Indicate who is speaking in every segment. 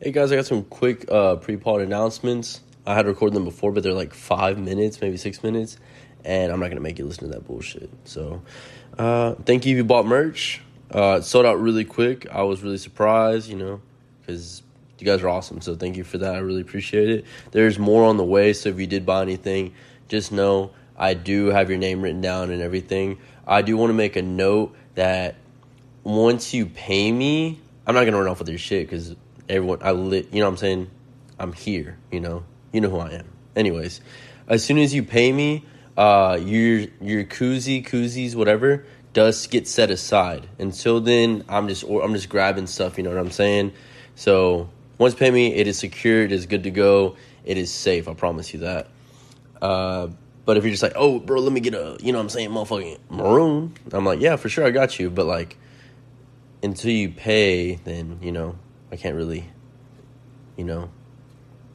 Speaker 1: Hey guys, I got some quick uh, pre-pod announcements. I had recorded them before, but they're like five minutes, maybe six minutes, and I'm not gonna make you listen to that bullshit. So, uh, thank you if you bought merch. Uh, it sold out really quick. I was really surprised, you know, because you guys are awesome. So thank you for that. I really appreciate it. There's more on the way. So if you did buy anything, just know I do have your name written down and everything. I do want to make a note that once you pay me, I'm not gonna run off with your shit because everyone I lit. You know what I'm saying? I'm here. You know. You know who I am. Anyways, as soon as you pay me, uh, your your koozie, koozies, whatever, does get set aside. Until then, I'm just or, I'm just grabbing stuff. You know what I'm saying? So once you pay me, it is secure. It is good to go. It is safe. I promise you that. Uh, but if you're just like, oh, bro, let me get a, you know what I'm saying, motherfucking maroon. I'm like, yeah, for sure, I got you. But like, until you pay, then you know I can't really, you know,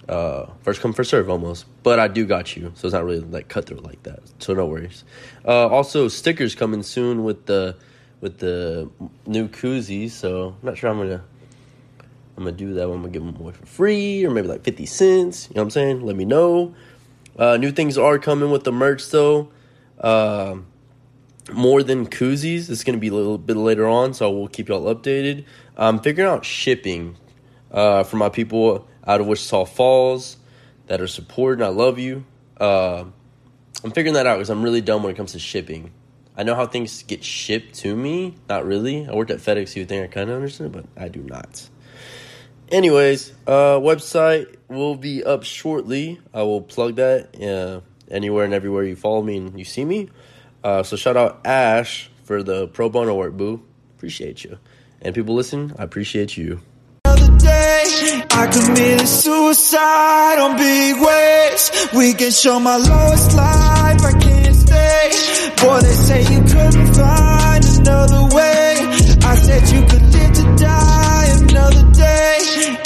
Speaker 1: uh, first come first serve almost. But I do got you, so it's not really like cutthroat like that. So no worries. Uh, also, stickers coming soon with the with the new koozies. So I'm not sure I'm gonna I'm gonna do that. One. I'm gonna give them away for free or maybe like fifty cents. You know what I'm saying? Let me know. Uh, new things are coming with the merch though. Um more than koozies. It's going to be a little bit later on, so we'll keep y'all updated. I'm figuring out shipping uh, for my people out of Wichita Falls that are supporting. I love you. Uh, I'm figuring that out because I'm really dumb when it comes to shipping. I know how things get shipped to me. Not really. I worked at FedEx. You would think I kind of understand, but I do not. Anyways, uh, website will be up shortly. I will plug that uh, anywhere and everywhere you follow me and you see me. Uh, so shout out Ash for the pro bono work, boo. Appreciate you. And people listen, I appreciate you.
Speaker 2: Another day, I committed suicide on big waves. We can show my lowest life, I can't stay. Boy, they say you couldn't find another way. I said you could live to die another day.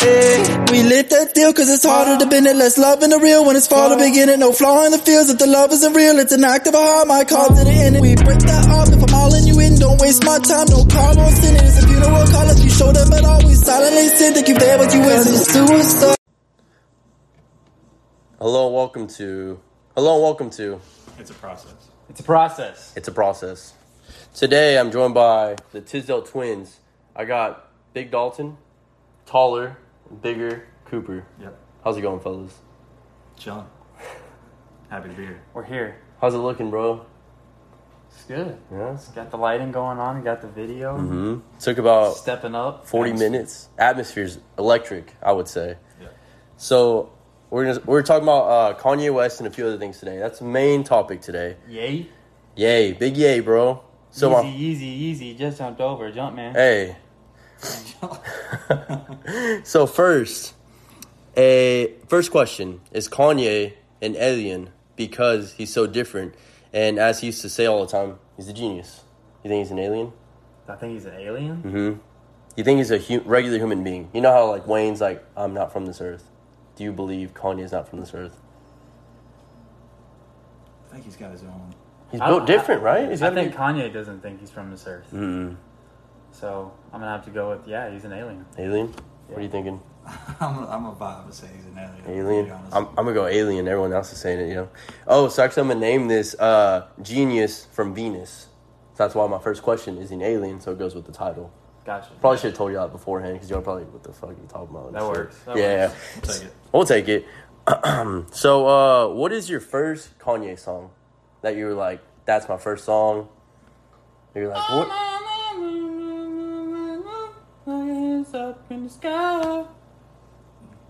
Speaker 2: Yeah.
Speaker 3: We lit that deal cause it's harder to bend it, less love in the real when it's fall to beginning. No flaw in the fields if the love isn't real, it's an act of a heart, my call to the end. We break that off if I'm all in you in, don't waste my time, no call or sin. It's a funeral call if you show them at all, we silently sin, think you there but you isn't. Suicide.
Speaker 1: Hello, and welcome to. Hello, and welcome to.
Speaker 4: It's a process.
Speaker 5: It's a process.
Speaker 1: It's a process. Today I'm joined by the Tisdale twins. I got Big Dalton, taller, bigger Cooper.
Speaker 4: Yep.
Speaker 1: How's it going, fellas?
Speaker 4: Chilling. Happy to be here.
Speaker 5: We're here.
Speaker 1: How's it looking, bro?
Speaker 5: It's good.
Speaker 1: Yeah.
Speaker 5: Got the lighting going on. Got the video.
Speaker 1: Hmm? Took about
Speaker 5: Stepping up.
Speaker 1: 40
Speaker 5: Atmos-
Speaker 1: minutes. Atmosphere's electric, I would say.
Speaker 4: Yeah.
Speaker 1: So we're gonna, we're talking about uh, Kanye West and a few other things today. That's the main topic today.
Speaker 5: Yay.
Speaker 1: Yay, big yay, bro. So
Speaker 5: easy,
Speaker 1: my,
Speaker 5: easy, easy. Just jumped over. Jump, man.
Speaker 1: hey. so first, a first question is Kanye an alien because he's so different? And as he used to say all the time, he's a genius. You think he's an alien?
Speaker 5: I think he's an alien.
Speaker 1: You think he's a hu- regular human being? You know how like Wayne's like, I'm not from this earth. Do you believe Kanye's not from this earth?
Speaker 4: I think he's got his own.
Speaker 1: He's
Speaker 5: I
Speaker 1: built
Speaker 5: don't-
Speaker 1: different, right? He's
Speaker 5: I
Speaker 1: gotta
Speaker 5: think
Speaker 1: be-
Speaker 5: Kanye doesn't think he's from this earth. So I'm gonna have to go with yeah. He's an alien.
Speaker 1: Alien? What are you thinking?
Speaker 4: I'm a, I'm a vibe to say he's an alien. to be
Speaker 1: Alien?
Speaker 4: honest.
Speaker 1: I'm, I'm gonna go alien. Everyone else is saying it, you know? Oh, so actually, I'm gonna name this uh, Genius from Venus. So that's why my first question is an alien, so it goes with the title.
Speaker 5: Gotcha.
Speaker 1: Probably should have told you that beforehand because y'all probably, what the fuck are you talking about? and
Speaker 5: That
Speaker 1: shit.
Speaker 5: works. That
Speaker 1: yeah.
Speaker 5: works.
Speaker 4: I'll take it.
Speaker 1: We'll take it. so, uh, what is your first Kanye song that you were like, that's my first song? You're like, what?
Speaker 5: Hands up in the sky.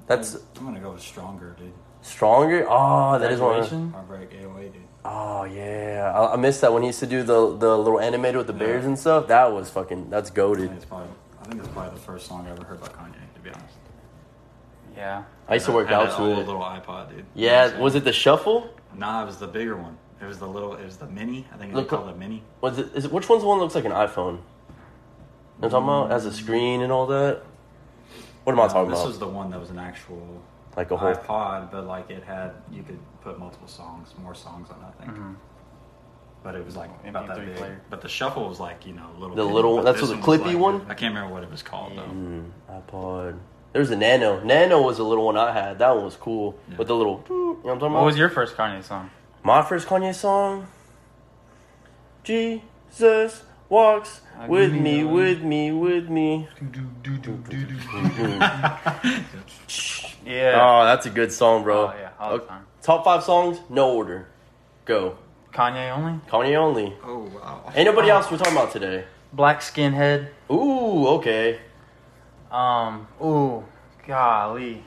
Speaker 1: That's
Speaker 4: I'm gonna go with stronger, dude.
Speaker 1: stronger? Oh, that is one. of-
Speaker 5: Graduation?
Speaker 4: Heartbreak 808, dude.
Speaker 1: Oh yeah, I, I missed that when he used to do the the little animated with the bears and stuff. That was fucking that's
Speaker 4: I
Speaker 1: goaded.
Speaker 4: think it's probably, I think it's probably the first song I ever heard by Kanye. To be honest.
Speaker 5: Yeah.
Speaker 1: I used to work
Speaker 4: Had
Speaker 1: out
Speaker 4: that
Speaker 1: to
Speaker 4: old
Speaker 1: it.
Speaker 4: little iPod, dude.
Speaker 1: Yeah, was it the shuffle?
Speaker 4: Nah, it was the bigger one. It was the little. It was the mini. I think they
Speaker 1: Look-
Speaker 4: called it mini.
Speaker 1: Was it? Is it which one's the one that looks like an iPhone? You know what I'm talking about has a screen and all that. What am I talking
Speaker 4: this
Speaker 1: about?
Speaker 4: was the one that was an actual
Speaker 1: Like a whole-
Speaker 4: iPod, but like it had you could put multiple songs, more songs on. it, I think. But it was like about that
Speaker 5: MP3
Speaker 4: big.
Speaker 5: player.
Speaker 4: But the shuffle was like you know little.
Speaker 1: The little
Speaker 4: but
Speaker 1: one- that's
Speaker 4: this
Speaker 1: what the
Speaker 4: was
Speaker 1: clippy one? Mm-hmm.
Speaker 4: I can't remember what it was called though.
Speaker 1: iPod. There was a Nano. Nano was a little one I had. That one was cool with the little. You know what I'm talking about?
Speaker 5: What was your first Kanye song?
Speaker 1: My first Kanye song, Jesus walks
Speaker 5: Uh,
Speaker 1: with
Speaker 5: give me
Speaker 1: me,
Speaker 5: that one.
Speaker 1: with me, with me.
Speaker 4: Oh,
Speaker 5: Yeah.
Speaker 1: Oh, that's a good song, bro.
Speaker 5: Oh, yeah, all the
Speaker 1: Ok,
Speaker 5: time.
Speaker 1: Top five songs, no order. Go.
Speaker 5: Kanye only.
Speaker 1: Kanye only.
Speaker 4: Oh wow.
Speaker 1: Ain't nobody else we're talking about today.
Speaker 5: Black skinhead.
Speaker 1: Ooh, okay.
Speaker 5: Um. Ooh. Golly.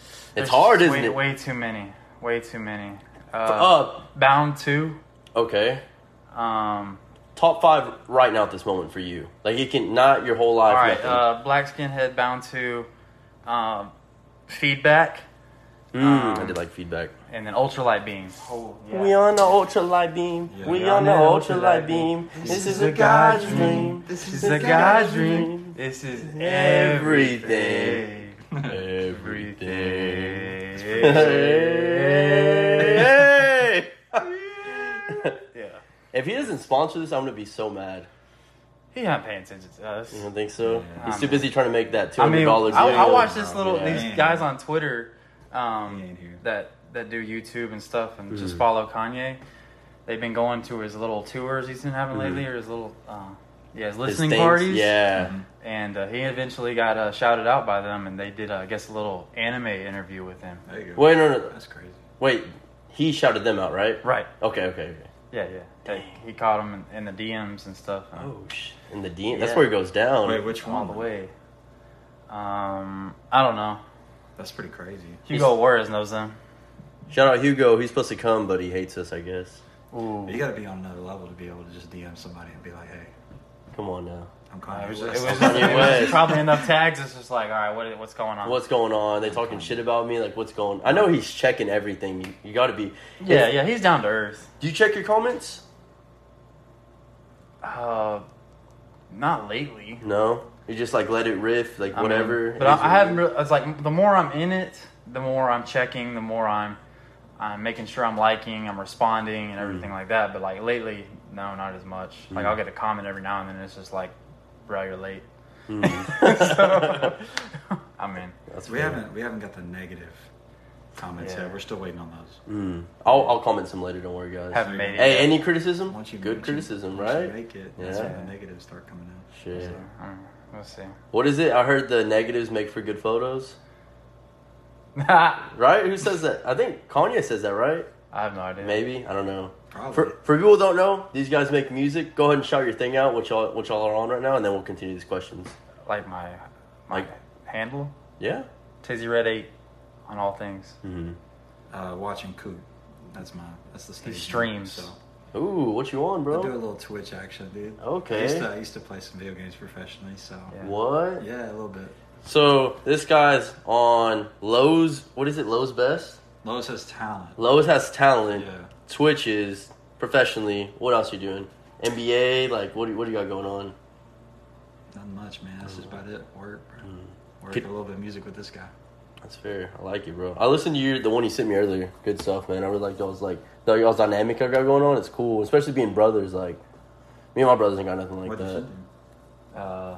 Speaker 1: It's
Speaker 5: There's
Speaker 1: hard,
Speaker 5: way,
Speaker 1: isn't it?
Speaker 5: Way too many. Way too many. Uh,
Speaker 1: Uh,
Speaker 5: Bound to.
Speaker 1: okay.
Speaker 5: Um.
Speaker 1: Top five right now at this moment for you. Like it can not your whole life.
Speaker 5: All right.
Speaker 1: nothing.
Speaker 5: Uh, Black skinhead. Bound to. Um. Feedback.
Speaker 1: Mm, I
Speaker 5: um,
Speaker 1: did like feedback.
Speaker 5: And then ultralight beam. Oh yeah.
Speaker 1: We on the ultralight beam.
Speaker 4: Yeah.
Speaker 1: We on the ultralight beam. This is a God's dream.
Speaker 5: This is a God's dream. This is
Speaker 1: Everything.
Speaker 5: everything.
Speaker 1: Everything.
Speaker 5: Everything. yeah.
Speaker 1: If he doesn't sponsor this, I'm gonna be so mad.
Speaker 5: He's not paying attention to us.
Speaker 1: You don't think so?
Speaker 4: Yeah.
Speaker 1: He's too busy trying to make that two
Speaker 5: I
Speaker 1: hundred
Speaker 5: mean, I,
Speaker 1: dollars. Oh,
Speaker 5: I watch this little
Speaker 1: Yeah.
Speaker 5: these guys on Twitter um,
Speaker 4: He ain't here.
Speaker 5: that that do YouTube and stuff and just follow Kanye. They've been going to his little tours he's been having lately, or his little uh, yeah, his listening parties.
Speaker 1: Yeah.
Speaker 5: and uh, he eventually got uh, shouted out by them, and they did, uh, I guess, a little anime interview with him.
Speaker 4: There you go.
Speaker 1: Wait, no, no,
Speaker 4: That's crazy.
Speaker 1: wait. He shouted them out, right?
Speaker 5: Right?
Speaker 1: Okay, okay, okay.
Speaker 5: Yeah, yeah. They, he caught him in, in the DMs and stuff. and
Speaker 1: Oh shit! In the DM, that's
Speaker 5: Yeah.
Speaker 1: where it goes down.
Speaker 4: Wait, which
Speaker 5: all
Speaker 4: one?
Speaker 5: the way. Um, I don't know.
Speaker 4: That's pretty crazy.
Speaker 5: Hugo Juarez knows them.
Speaker 1: Shout out Hugo. He's supposed to come, but he hates us. I guess.
Speaker 5: Ooh.
Speaker 4: You got to be on another level to be able to just DM somebody and be like, "Hey,
Speaker 1: Come on now.
Speaker 4: I'm
Speaker 5: Uh,
Speaker 4: Kanye
Speaker 5: it was, it
Speaker 4: West."
Speaker 5: was-
Speaker 1: Kanye
Speaker 5: it was
Speaker 1: West.
Speaker 5: probably enough tags. It's just like, all right, what, what's going on?
Speaker 1: What's going on? They talking shit about me. Like, what's going? I know he's checking everything. You, you got to be.
Speaker 5: yeah, yeah, he's down to earth.
Speaker 1: Do you check your comments?
Speaker 5: Uh, not lately.
Speaker 1: No. You just like let it riff, like
Speaker 5: I mean,
Speaker 1: whatever.
Speaker 5: but
Speaker 1: It
Speaker 5: I,
Speaker 1: is
Speaker 5: I haven't.
Speaker 1: what it
Speaker 5: Really, it's like the more I'm in it, the more I'm checking, the more I'm, I'm making sure I'm liking, I'm responding, and
Speaker 1: Mm.
Speaker 5: everything like that. But like lately, no, not as much. Like I'll get a comment every now and then. and It's just like, bro, you're late.
Speaker 1: Mm.
Speaker 5: so, I mean,
Speaker 1: is. That's
Speaker 4: we
Speaker 1: fair.
Speaker 4: haven't we haven't got the negative comments
Speaker 5: Yeah.
Speaker 4: yet. We're still waiting on those.
Speaker 1: Mm. I'll, I'll comment some later. Don't worry, guys.
Speaker 5: haven't made it.
Speaker 1: Hey,
Speaker 5: yet.
Speaker 1: any criticism?
Speaker 4: Once you
Speaker 1: Good
Speaker 4: once you-
Speaker 1: criticism,
Speaker 4: once You
Speaker 1: right?
Speaker 4: make it, that's when
Speaker 1: Yeah.
Speaker 4: the negatives start coming out.
Speaker 1: Shit.
Speaker 5: I don't know. We'll see.
Speaker 1: What is it? I heard the negatives make for good photos. Right? Who says that? I think Kanye says that, right?
Speaker 5: I have no idea.
Speaker 1: Maybe I don't know.
Speaker 4: Probably.
Speaker 1: For, for people who don't know, these guys make music. Go ahead and shout your thing out, what y'all what y'all are on right now, and then we'll continue these questions.
Speaker 5: Like my, my
Speaker 1: Like-
Speaker 5: handle,
Speaker 1: Yeah. Mm-hmm.
Speaker 5: Tizzy Red Eight, on all things.
Speaker 4: Uh, watching Coop. That's my that's the stage. name,
Speaker 5: streams.
Speaker 4: So
Speaker 1: Ooh, what you on,
Speaker 4: I do a
Speaker 1: bro?
Speaker 4: little Twitch action, dude. I
Speaker 1: Oh. Okay.
Speaker 4: used to I used to play some video games professionally, so
Speaker 5: Yeah.
Speaker 1: What?
Speaker 4: yeah, a little bit.
Speaker 1: So this guy's on Lowe's. What is it? Lowe's best.
Speaker 4: Lois has talent.
Speaker 1: Lowe's has talent.
Speaker 4: Yeah.
Speaker 1: Twitch is professionally. What else you doing? NBA. Like what? Do, what do you got going on?
Speaker 4: Not much, man. That's just about it. Work, bro. work
Speaker 1: Mm. Could-
Speaker 4: a little bit of music with this guy.
Speaker 1: That's fair. I like it, bro. I listened to your the one you sent me earlier. Good stuff, man. I really like y'all's like the- y'all's dynamic I got going on. It's cool, especially being brothers. Like me and my brothers ain't got nothing like
Speaker 4: What did you
Speaker 1: that.
Speaker 4: do?
Speaker 5: Uh,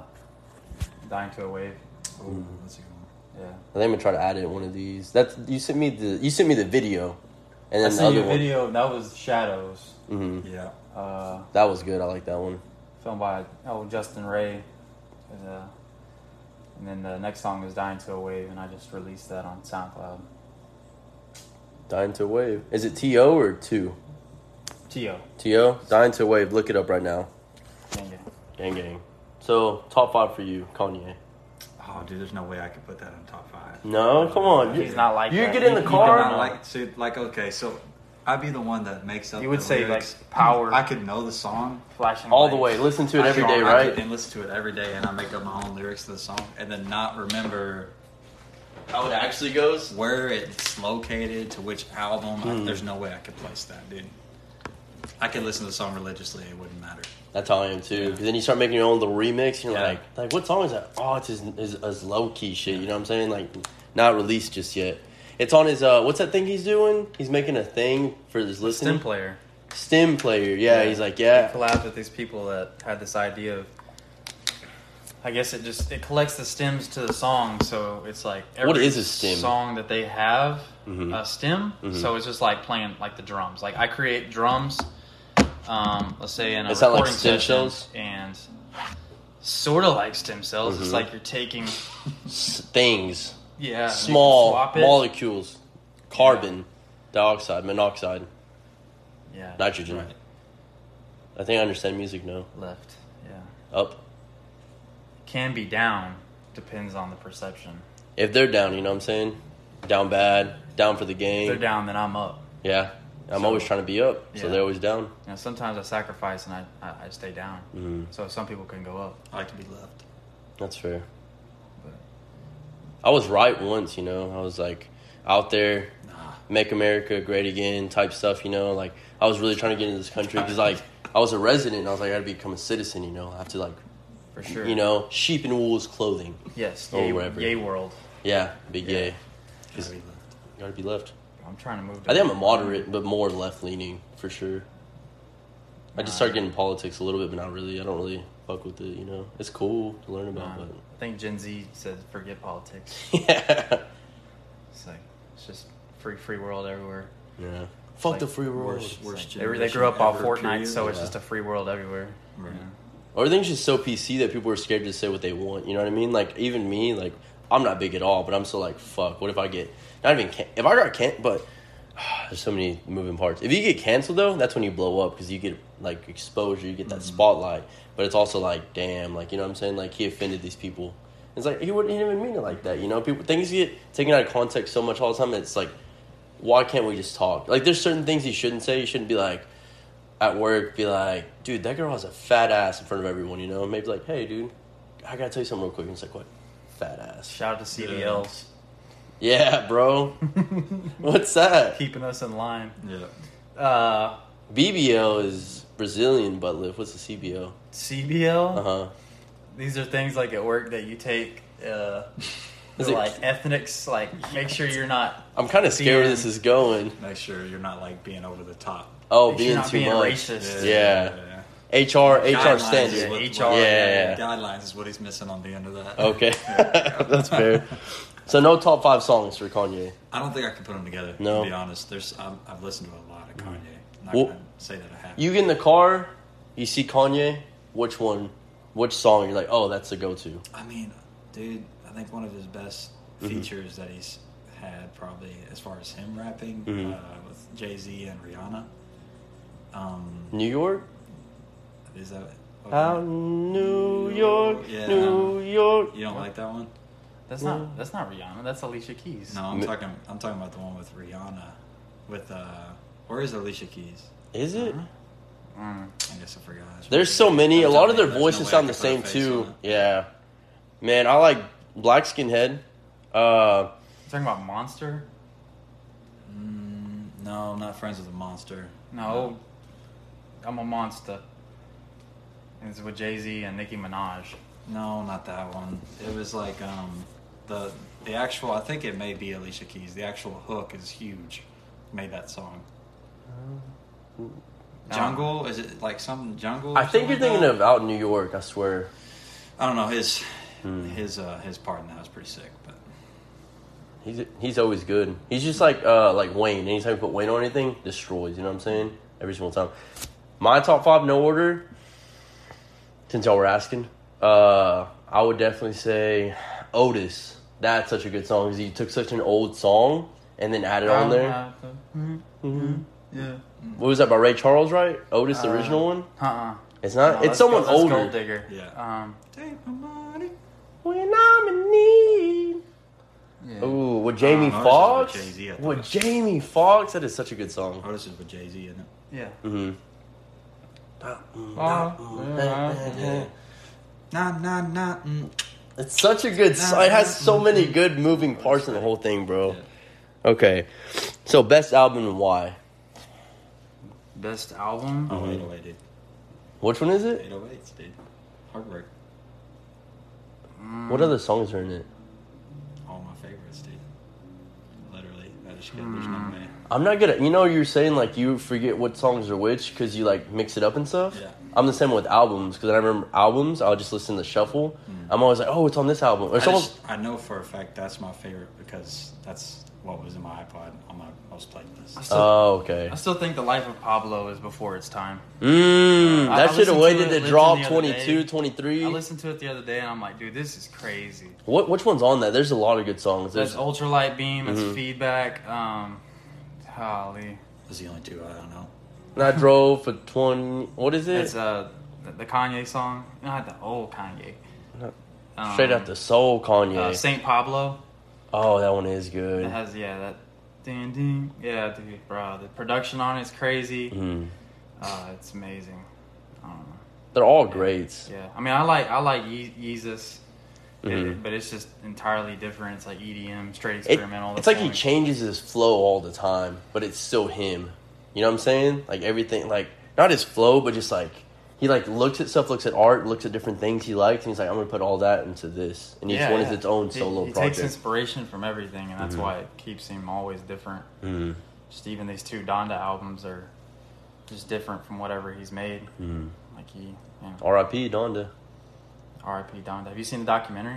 Speaker 5: dying to a wave.
Speaker 4: Oh,
Speaker 1: Mm.
Speaker 4: that's a good one.
Speaker 5: Yeah.
Speaker 1: I think I'm gonna try to add it in one of these. That's you sent me the you sent me the video, and then
Speaker 5: I
Speaker 1: the
Speaker 5: seen
Speaker 1: other
Speaker 5: your
Speaker 1: one Mm-hmm.
Speaker 5: video. That was Shadows,
Speaker 4: Yeah.
Speaker 5: uh,
Speaker 1: that was good. I like that one.
Speaker 5: filmed by oh Justin Ray, and, uh, and then the next song is "Dying to a Wave," and I just released that on SoundCloud.
Speaker 1: Dying to a wave. Is it T O or two?
Speaker 5: Tio,
Speaker 1: T O. Dying to a wave. Look it up right now.
Speaker 5: Dang it.
Speaker 1: Gang gang. So top five for you, Kanye.
Speaker 4: Oh, dude, there's no way I could put that on top five.
Speaker 1: No, come on.
Speaker 5: He's not like
Speaker 1: you
Speaker 5: that.
Speaker 1: get in the
Speaker 5: He- he
Speaker 1: car.
Speaker 5: don't
Speaker 4: I
Speaker 5: know.
Speaker 4: like, see, like, okay, so I'd be the one that makes up.
Speaker 5: You would
Speaker 4: the
Speaker 5: say, like,
Speaker 4: lyrics.
Speaker 5: power.
Speaker 4: I could know the song
Speaker 5: flashing
Speaker 1: all the way.
Speaker 5: lights.
Speaker 1: Listen to it
Speaker 4: I
Speaker 1: every
Speaker 4: could-
Speaker 1: day,
Speaker 4: I
Speaker 1: right?
Speaker 4: could- And listen to it every day, and I make up my own lyrics to the song, and then not remember how it actually goes, where it's located, to which album.
Speaker 1: Hmm.
Speaker 4: I, there's no way I could place that, dude. I could listen to the song religiously; it wouldn't matter.
Speaker 1: That's how I am too. Because then you start making your own little remix. You're
Speaker 4: Yeah.
Speaker 1: like, like what song is that? Oh, it's his, his, his low key shit. You know what I'm saying? Like, not released just yet. It's on his. uh What's that thing he's doing? He's making a thing for his listening.
Speaker 5: Stim player.
Speaker 1: Stim player. Yeah, he's like,
Speaker 5: He
Speaker 1: yeah,
Speaker 5: collabed with these people that had this idea of I guess it just it collects the stems to the song, so it's like every
Speaker 1: What is a stem? Mm-hmm.
Speaker 5: song that they have a stem. So it's just like playing like the drums. Like I create drums, um, let's say in a
Speaker 1: It sound like
Speaker 5: recording
Speaker 1: stem
Speaker 5: session,
Speaker 1: cells?
Speaker 5: and sort of like stem cells.
Speaker 1: Mm-hmm.
Speaker 5: It's like you're taking
Speaker 1: S- things,
Speaker 5: yeah you can
Speaker 1: small
Speaker 5: swap it.
Speaker 1: molecules, carbon, dioxide, monoxide,
Speaker 5: yeah
Speaker 1: nitrogen.
Speaker 5: right.
Speaker 1: I think I understand music now.
Speaker 5: left yeah
Speaker 1: Up.
Speaker 5: can be down depends on the perception.
Speaker 1: If they're down, you know what I'm saying? Down bad, down for the
Speaker 5: If
Speaker 1: game.
Speaker 5: they're down, then I'm up.
Speaker 1: Yeah. I'm
Speaker 5: So-
Speaker 1: always trying to be up, so
Speaker 5: Yeah.
Speaker 1: they're always down.
Speaker 5: You know, sometimes I sacrifice and I, I, I stay down.
Speaker 1: Mm-hmm.
Speaker 5: So some people can go up.
Speaker 4: I like to be left.
Speaker 1: That's fair.
Speaker 5: But
Speaker 1: I was right once, you know. I was like out there, make America great again type stuff, you know. Like I was really trying to get into this country because like I was a resident. And I was like, I got to become a citizen, you know. I have to like,
Speaker 5: for sure,
Speaker 1: you know, sheep and wool's clothing.
Speaker 5: Yes,
Speaker 1: Or
Speaker 5: yay,
Speaker 1: whatever.
Speaker 5: yay world.
Speaker 1: Yeah, big
Speaker 5: Yeah.
Speaker 1: yay.
Speaker 4: Gotta be left.
Speaker 1: Got to be left.
Speaker 5: I'm trying to move. To
Speaker 1: I think I'm a moderate, but more left leaning for sure. I just started getting politics a little bit, but not really. I don't really fuck with it, you know. It's cool to learn
Speaker 5: Uh,
Speaker 1: about,
Speaker 5: I think Gen Z says forget politics.
Speaker 1: but yeah,
Speaker 5: It's like it's just free, free world everywhere.
Speaker 1: yeah. Fuck
Speaker 5: like
Speaker 1: the free world.
Speaker 4: worse- worse
Speaker 5: They, were- they grew
Speaker 4: generation
Speaker 5: up off
Speaker 4: ever,
Speaker 5: Fortnite,
Speaker 4: period.
Speaker 5: so it's
Speaker 1: Yeah.
Speaker 5: just a free world everywhere.
Speaker 4: Right.
Speaker 5: Yeah.
Speaker 1: Or Everything's just so PC that people are scared to say what they want. You know what I mean? Like even me, like I'm not big at all, but I'm still like, fuck. What if I get not even can- if I got can but there's so many moving parts. If you get canceled though, that's when you blow up because you get like exposure, you get that spotlight. But it's also like, damn, like you know what I'm saying? Like he offended these people. It's like he wouldn't he didn't even mean it like that. You know, people things get taken out of context so much all the time. It's like, why can't we just talk? Like there's certain things you shouldn't say. You shouldn't be like at work be like, dude, that girl has a fat ass in front of everyone, you know? Maybe like, hey, dude, I gotta tell you something real quick. And it's like, what? Fat ass.
Speaker 5: Shout out to CBLs
Speaker 1: Yeah, bro. What's that?
Speaker 5: keeping us in line.
Speaker 4: Yeah.
Speaker 5: Uh,
Speaker 1: BBL is Brazilian butt lift. What's a CBL?
Speaker 5: CBL.
Speaker 1: Uh huh.
Speaker 5: These are things like at work that you take. Uh,
Speaker 1: Is
Speaker 5: they're
Speaker 1: it-
Speaker 5: like ethnics, like make sure you're not
Speaker 1: I'm kind of scared where this is going.
Speaker 4: Make sure you're not like being over the top.
Speaker 1: Oh,
Speaker 5: Make sure you're
Speaker 1: being
Speaker 5: not
Speaker 1: too
Speaker 5: being
Speaker 1: much.
Speaker 5: racist.
Speaker 1: Yeah. HR, HR
Speaker 4: Guidelines
Speaker 1: standard.
Speaker 4: is
Speaker 5: Yeah,
Speaker 4: what-
Speaker 5: HR.
Speaker 4: what-
Speaker 1: Yeah.
Speaker 4: Guidelines is what he's missing on the end of that.
Speaker 1: Okay, that's fair. So no top five songs for Kanye.
Speaker 4: I don't think I can put them together.
Speaker 1: No. Hmm.
Speaker 4: To be honest, there's I'm, I've listened to a lot of Kanye. I'm not
Speaker 1: Well,
Speaker 4: gonna say that I have.
Speaker 1: You get in the car, you see Kanye. Which one? Which song? You're like, oh, that's the go-to.
Speaker 4: I mean, dude, I think one of his best
Speaker 1: Mm-hmm.
Speaker 4: features that he's had probably as far as him rapping
Speaker 1: Mm-hmm.
Speaker 4: uh, with Jay Z and Rihanna. Um,
Speaker 1: New York.
Speaker 4: is that what-
Speaker 1: How New York,
Speaker 4: Yeah.
Speaker 1: New York.
Speaker 4: you don't like that one?
Speaker 5: That's not that's not Rihanna. That's Alicia Keys.
Speaker 4: No, I'm
Speaker 1: Mi-
Speaker 4: talking. I'm talking about the one with Rihanna. With uh, where is Alicia Keys?
Speaker 1: Is it?
Speaker 5: Mm.
Speaker 4: I guess I forgot.
Speaker 1: There's so many. A
Speaker 4: There's
Speaker 1: lot
Speaker 4: no
Speaker 1: of their
Speaker 4: way- there's
Speaker 1: voices
Speaker 4: no way I
Speaker 1: sound the
Speaker 4: could put a
Speaker 1: same
Speaker 4: face
Speaker 1: too.
Speaker 4: on it.
Speaker 1: Yeah, man, I like Black Skinhead. Uh,
Speaker 5: You talking about Monster?
Speaker 4: Mm, No, I'm not friends with a monster.
Speaker 5: No, I'm a monster. And It's with Jay Z and Nicki Minaj.
Speaker 4: No, not that one. It was like um, the the actual. I think it may be Alicia Keys. The actual hook is huge. Made that song. Jungle is it like some jungle? or
Speaker 1: Uh, I think
Speaker 4: something
Speaker 1: you're thinking
Speaker 4: like
Speaker 1: of Out in New York. I swear.
Speaker 4: that? I don't know his
Speaker 1: Hmm.
Speaker 4: his uh, his part in that was pretty sick. But
Speaker 1: He's he's always good. He's just like uh like Wayne. Anytime you put Wayne on anything, destroys. You know what I'm saying? Every single time. My top five, no order. Since y'all were asking, uh, I would definitely say Otis. That's such a good song because he took such an old song and then added
Speaker 5: Oh,
Speaker 1: on there.
Speaker 5: Uh, Yeah.
Speaker 1: what was that by Ray Charles? Right? Otis, the
Speaker 5: Uh,
Speaker 1: original one.
Speaker 5: Uh-uh.
Speaker 1: It's not. it's someone
Speaker 5: Gold
Speaker 1: older.
Speaker 5: digger.
Speaker 4: Yeah.
Speaker 5: Um,
Speaker 4: take my money.
Speaker 1: When I'm in need.
Speaker 5: yeah.
Speaker 1: Ooh, with Jamie
Speaker 4: Otis is with
Speaker 1: Foxx.
Speaker 4: Jay-Z, I
Speaker 1: With,
Speaker 4: thought.
Speaker 1: Jamie Foxx, that is such a good song.
Speaker 4: Oh, this is with Jay Z in it.
Speaker 5: Yeah.
Speaker 1: hmm Oh.
Speaker 4: Nah, nah, nah. Mm.
Speaker 1: It's such a good. s- It has so many good moving parts in the whole thing, bro. Okay, so best album and why?
Speaker 5: Best album?
Speaker 4: Oh,
Speaker 1: Mm-hmm.
Speaker 4: 808, dude.
Speaker 1: Which one is it?
Speaker 4: 808s, dude. Hard work. Mm.
Speaker 1: What other songs are in it? Hmm.
Speaker 4: All my favorites, dude. Literally, I just get, there's no way.
Speaker 1: I'm not good at you know you're saying like you forget what songs are which because you like mix it up and stuff.
Speaker 4: Yeah.
Speaker 1: I'm the same with albums because I remember albums. I'll just listen to shuffle. I'm always like, oh, it's on this album. Or
Speaker 4: Mm. I,
Speaker 1: it's almost
Speaker 4: just, I know for a fact that's my favorite because that's what was in my iPod on my most played list.
Speaker 5: still,
Speaker 1: oh okay.
Speaker 5: I still think the life of Pablo is before its time.
Speaker 1: Mmm,
Speaker 5: I-
Speaker 1: that
Speaker 5: I
Speaker 1: should have
Speaker 5: listened to
Speaker 1: waited
Speaker 5: it
Speaker 1: to
Speaker 5: literally
Speaker 1: drop
Speaker 5: the other
Speaker 1: 22,
Speaker 5: day. I
Speaker 1: 23.
Speaker 5: listened to it the other day and I'm like, dude, this is crazy.
Speaker 1: What which one's on that? There's a lot of good songs.
Speaker 5: That's
Speaker 1: There's
Speaker 5: ultralight beam. That's
Speaker 1: Mm-hmm.
Speaker 5: feedback. Um, golly,
Speaker 4: Those are the only two I don't know.
Speaker 1: and I drove for 20. What is it?
Speaker 5: it's uh the, the Kanye song, not the old Kanye. Um,
Speaker 1: Straight out the soul, Kanye.
Speaker 5: uh, Saint Pablo.
Speaker 1: oh, that one is good.
Speaker 5: It has yeah that ding ding yeah dude bro the production on it's crazy.
Speaker 1: Mm.
Speaker 5: Uh, it's amazing. I don't know.
Speaker 1: They're all greats.
Speaker 5: Yeah, I mean, I like I like Ye- Yeezus, it-
Speaker 1: Mhm.
Speaker 5: but it's just entirely different. It's like EDM, straight
Speaker 1: It-
Speaker 5: experimental.
Speaker 1: it's like he
Speaker 5: That's
Speaker 1: changes his flow all the time, but it's still him. You know what I'm saying? Like everything, like not his flow, but just like he like looks at stuff, looks at art, looks at different things he likes, and he's like, I'm gonna put all that into this, and each
Speaker 5: Yeah,
Speaker 1: one is
Speaker 5: yeah.
Speaker 1: its own
Speaker 5: He-
Speaker 1: solo
Speaker 5: he,
Speaker 1: project. Mm-hmm.
Speaker 5: takes inspiration from everything, and that's why it keeps him always different.
Speaker 1: Mhm.
Speaker 5: Just even these two Donda albums are just different from whatever he's made.
Speaker 1: Mhm.
Speaker 5: Like he, yeah.
Speaker 1: R.I.P. Donda,
Speaker 5: R.I.P. Donda. Have you seen the documentary?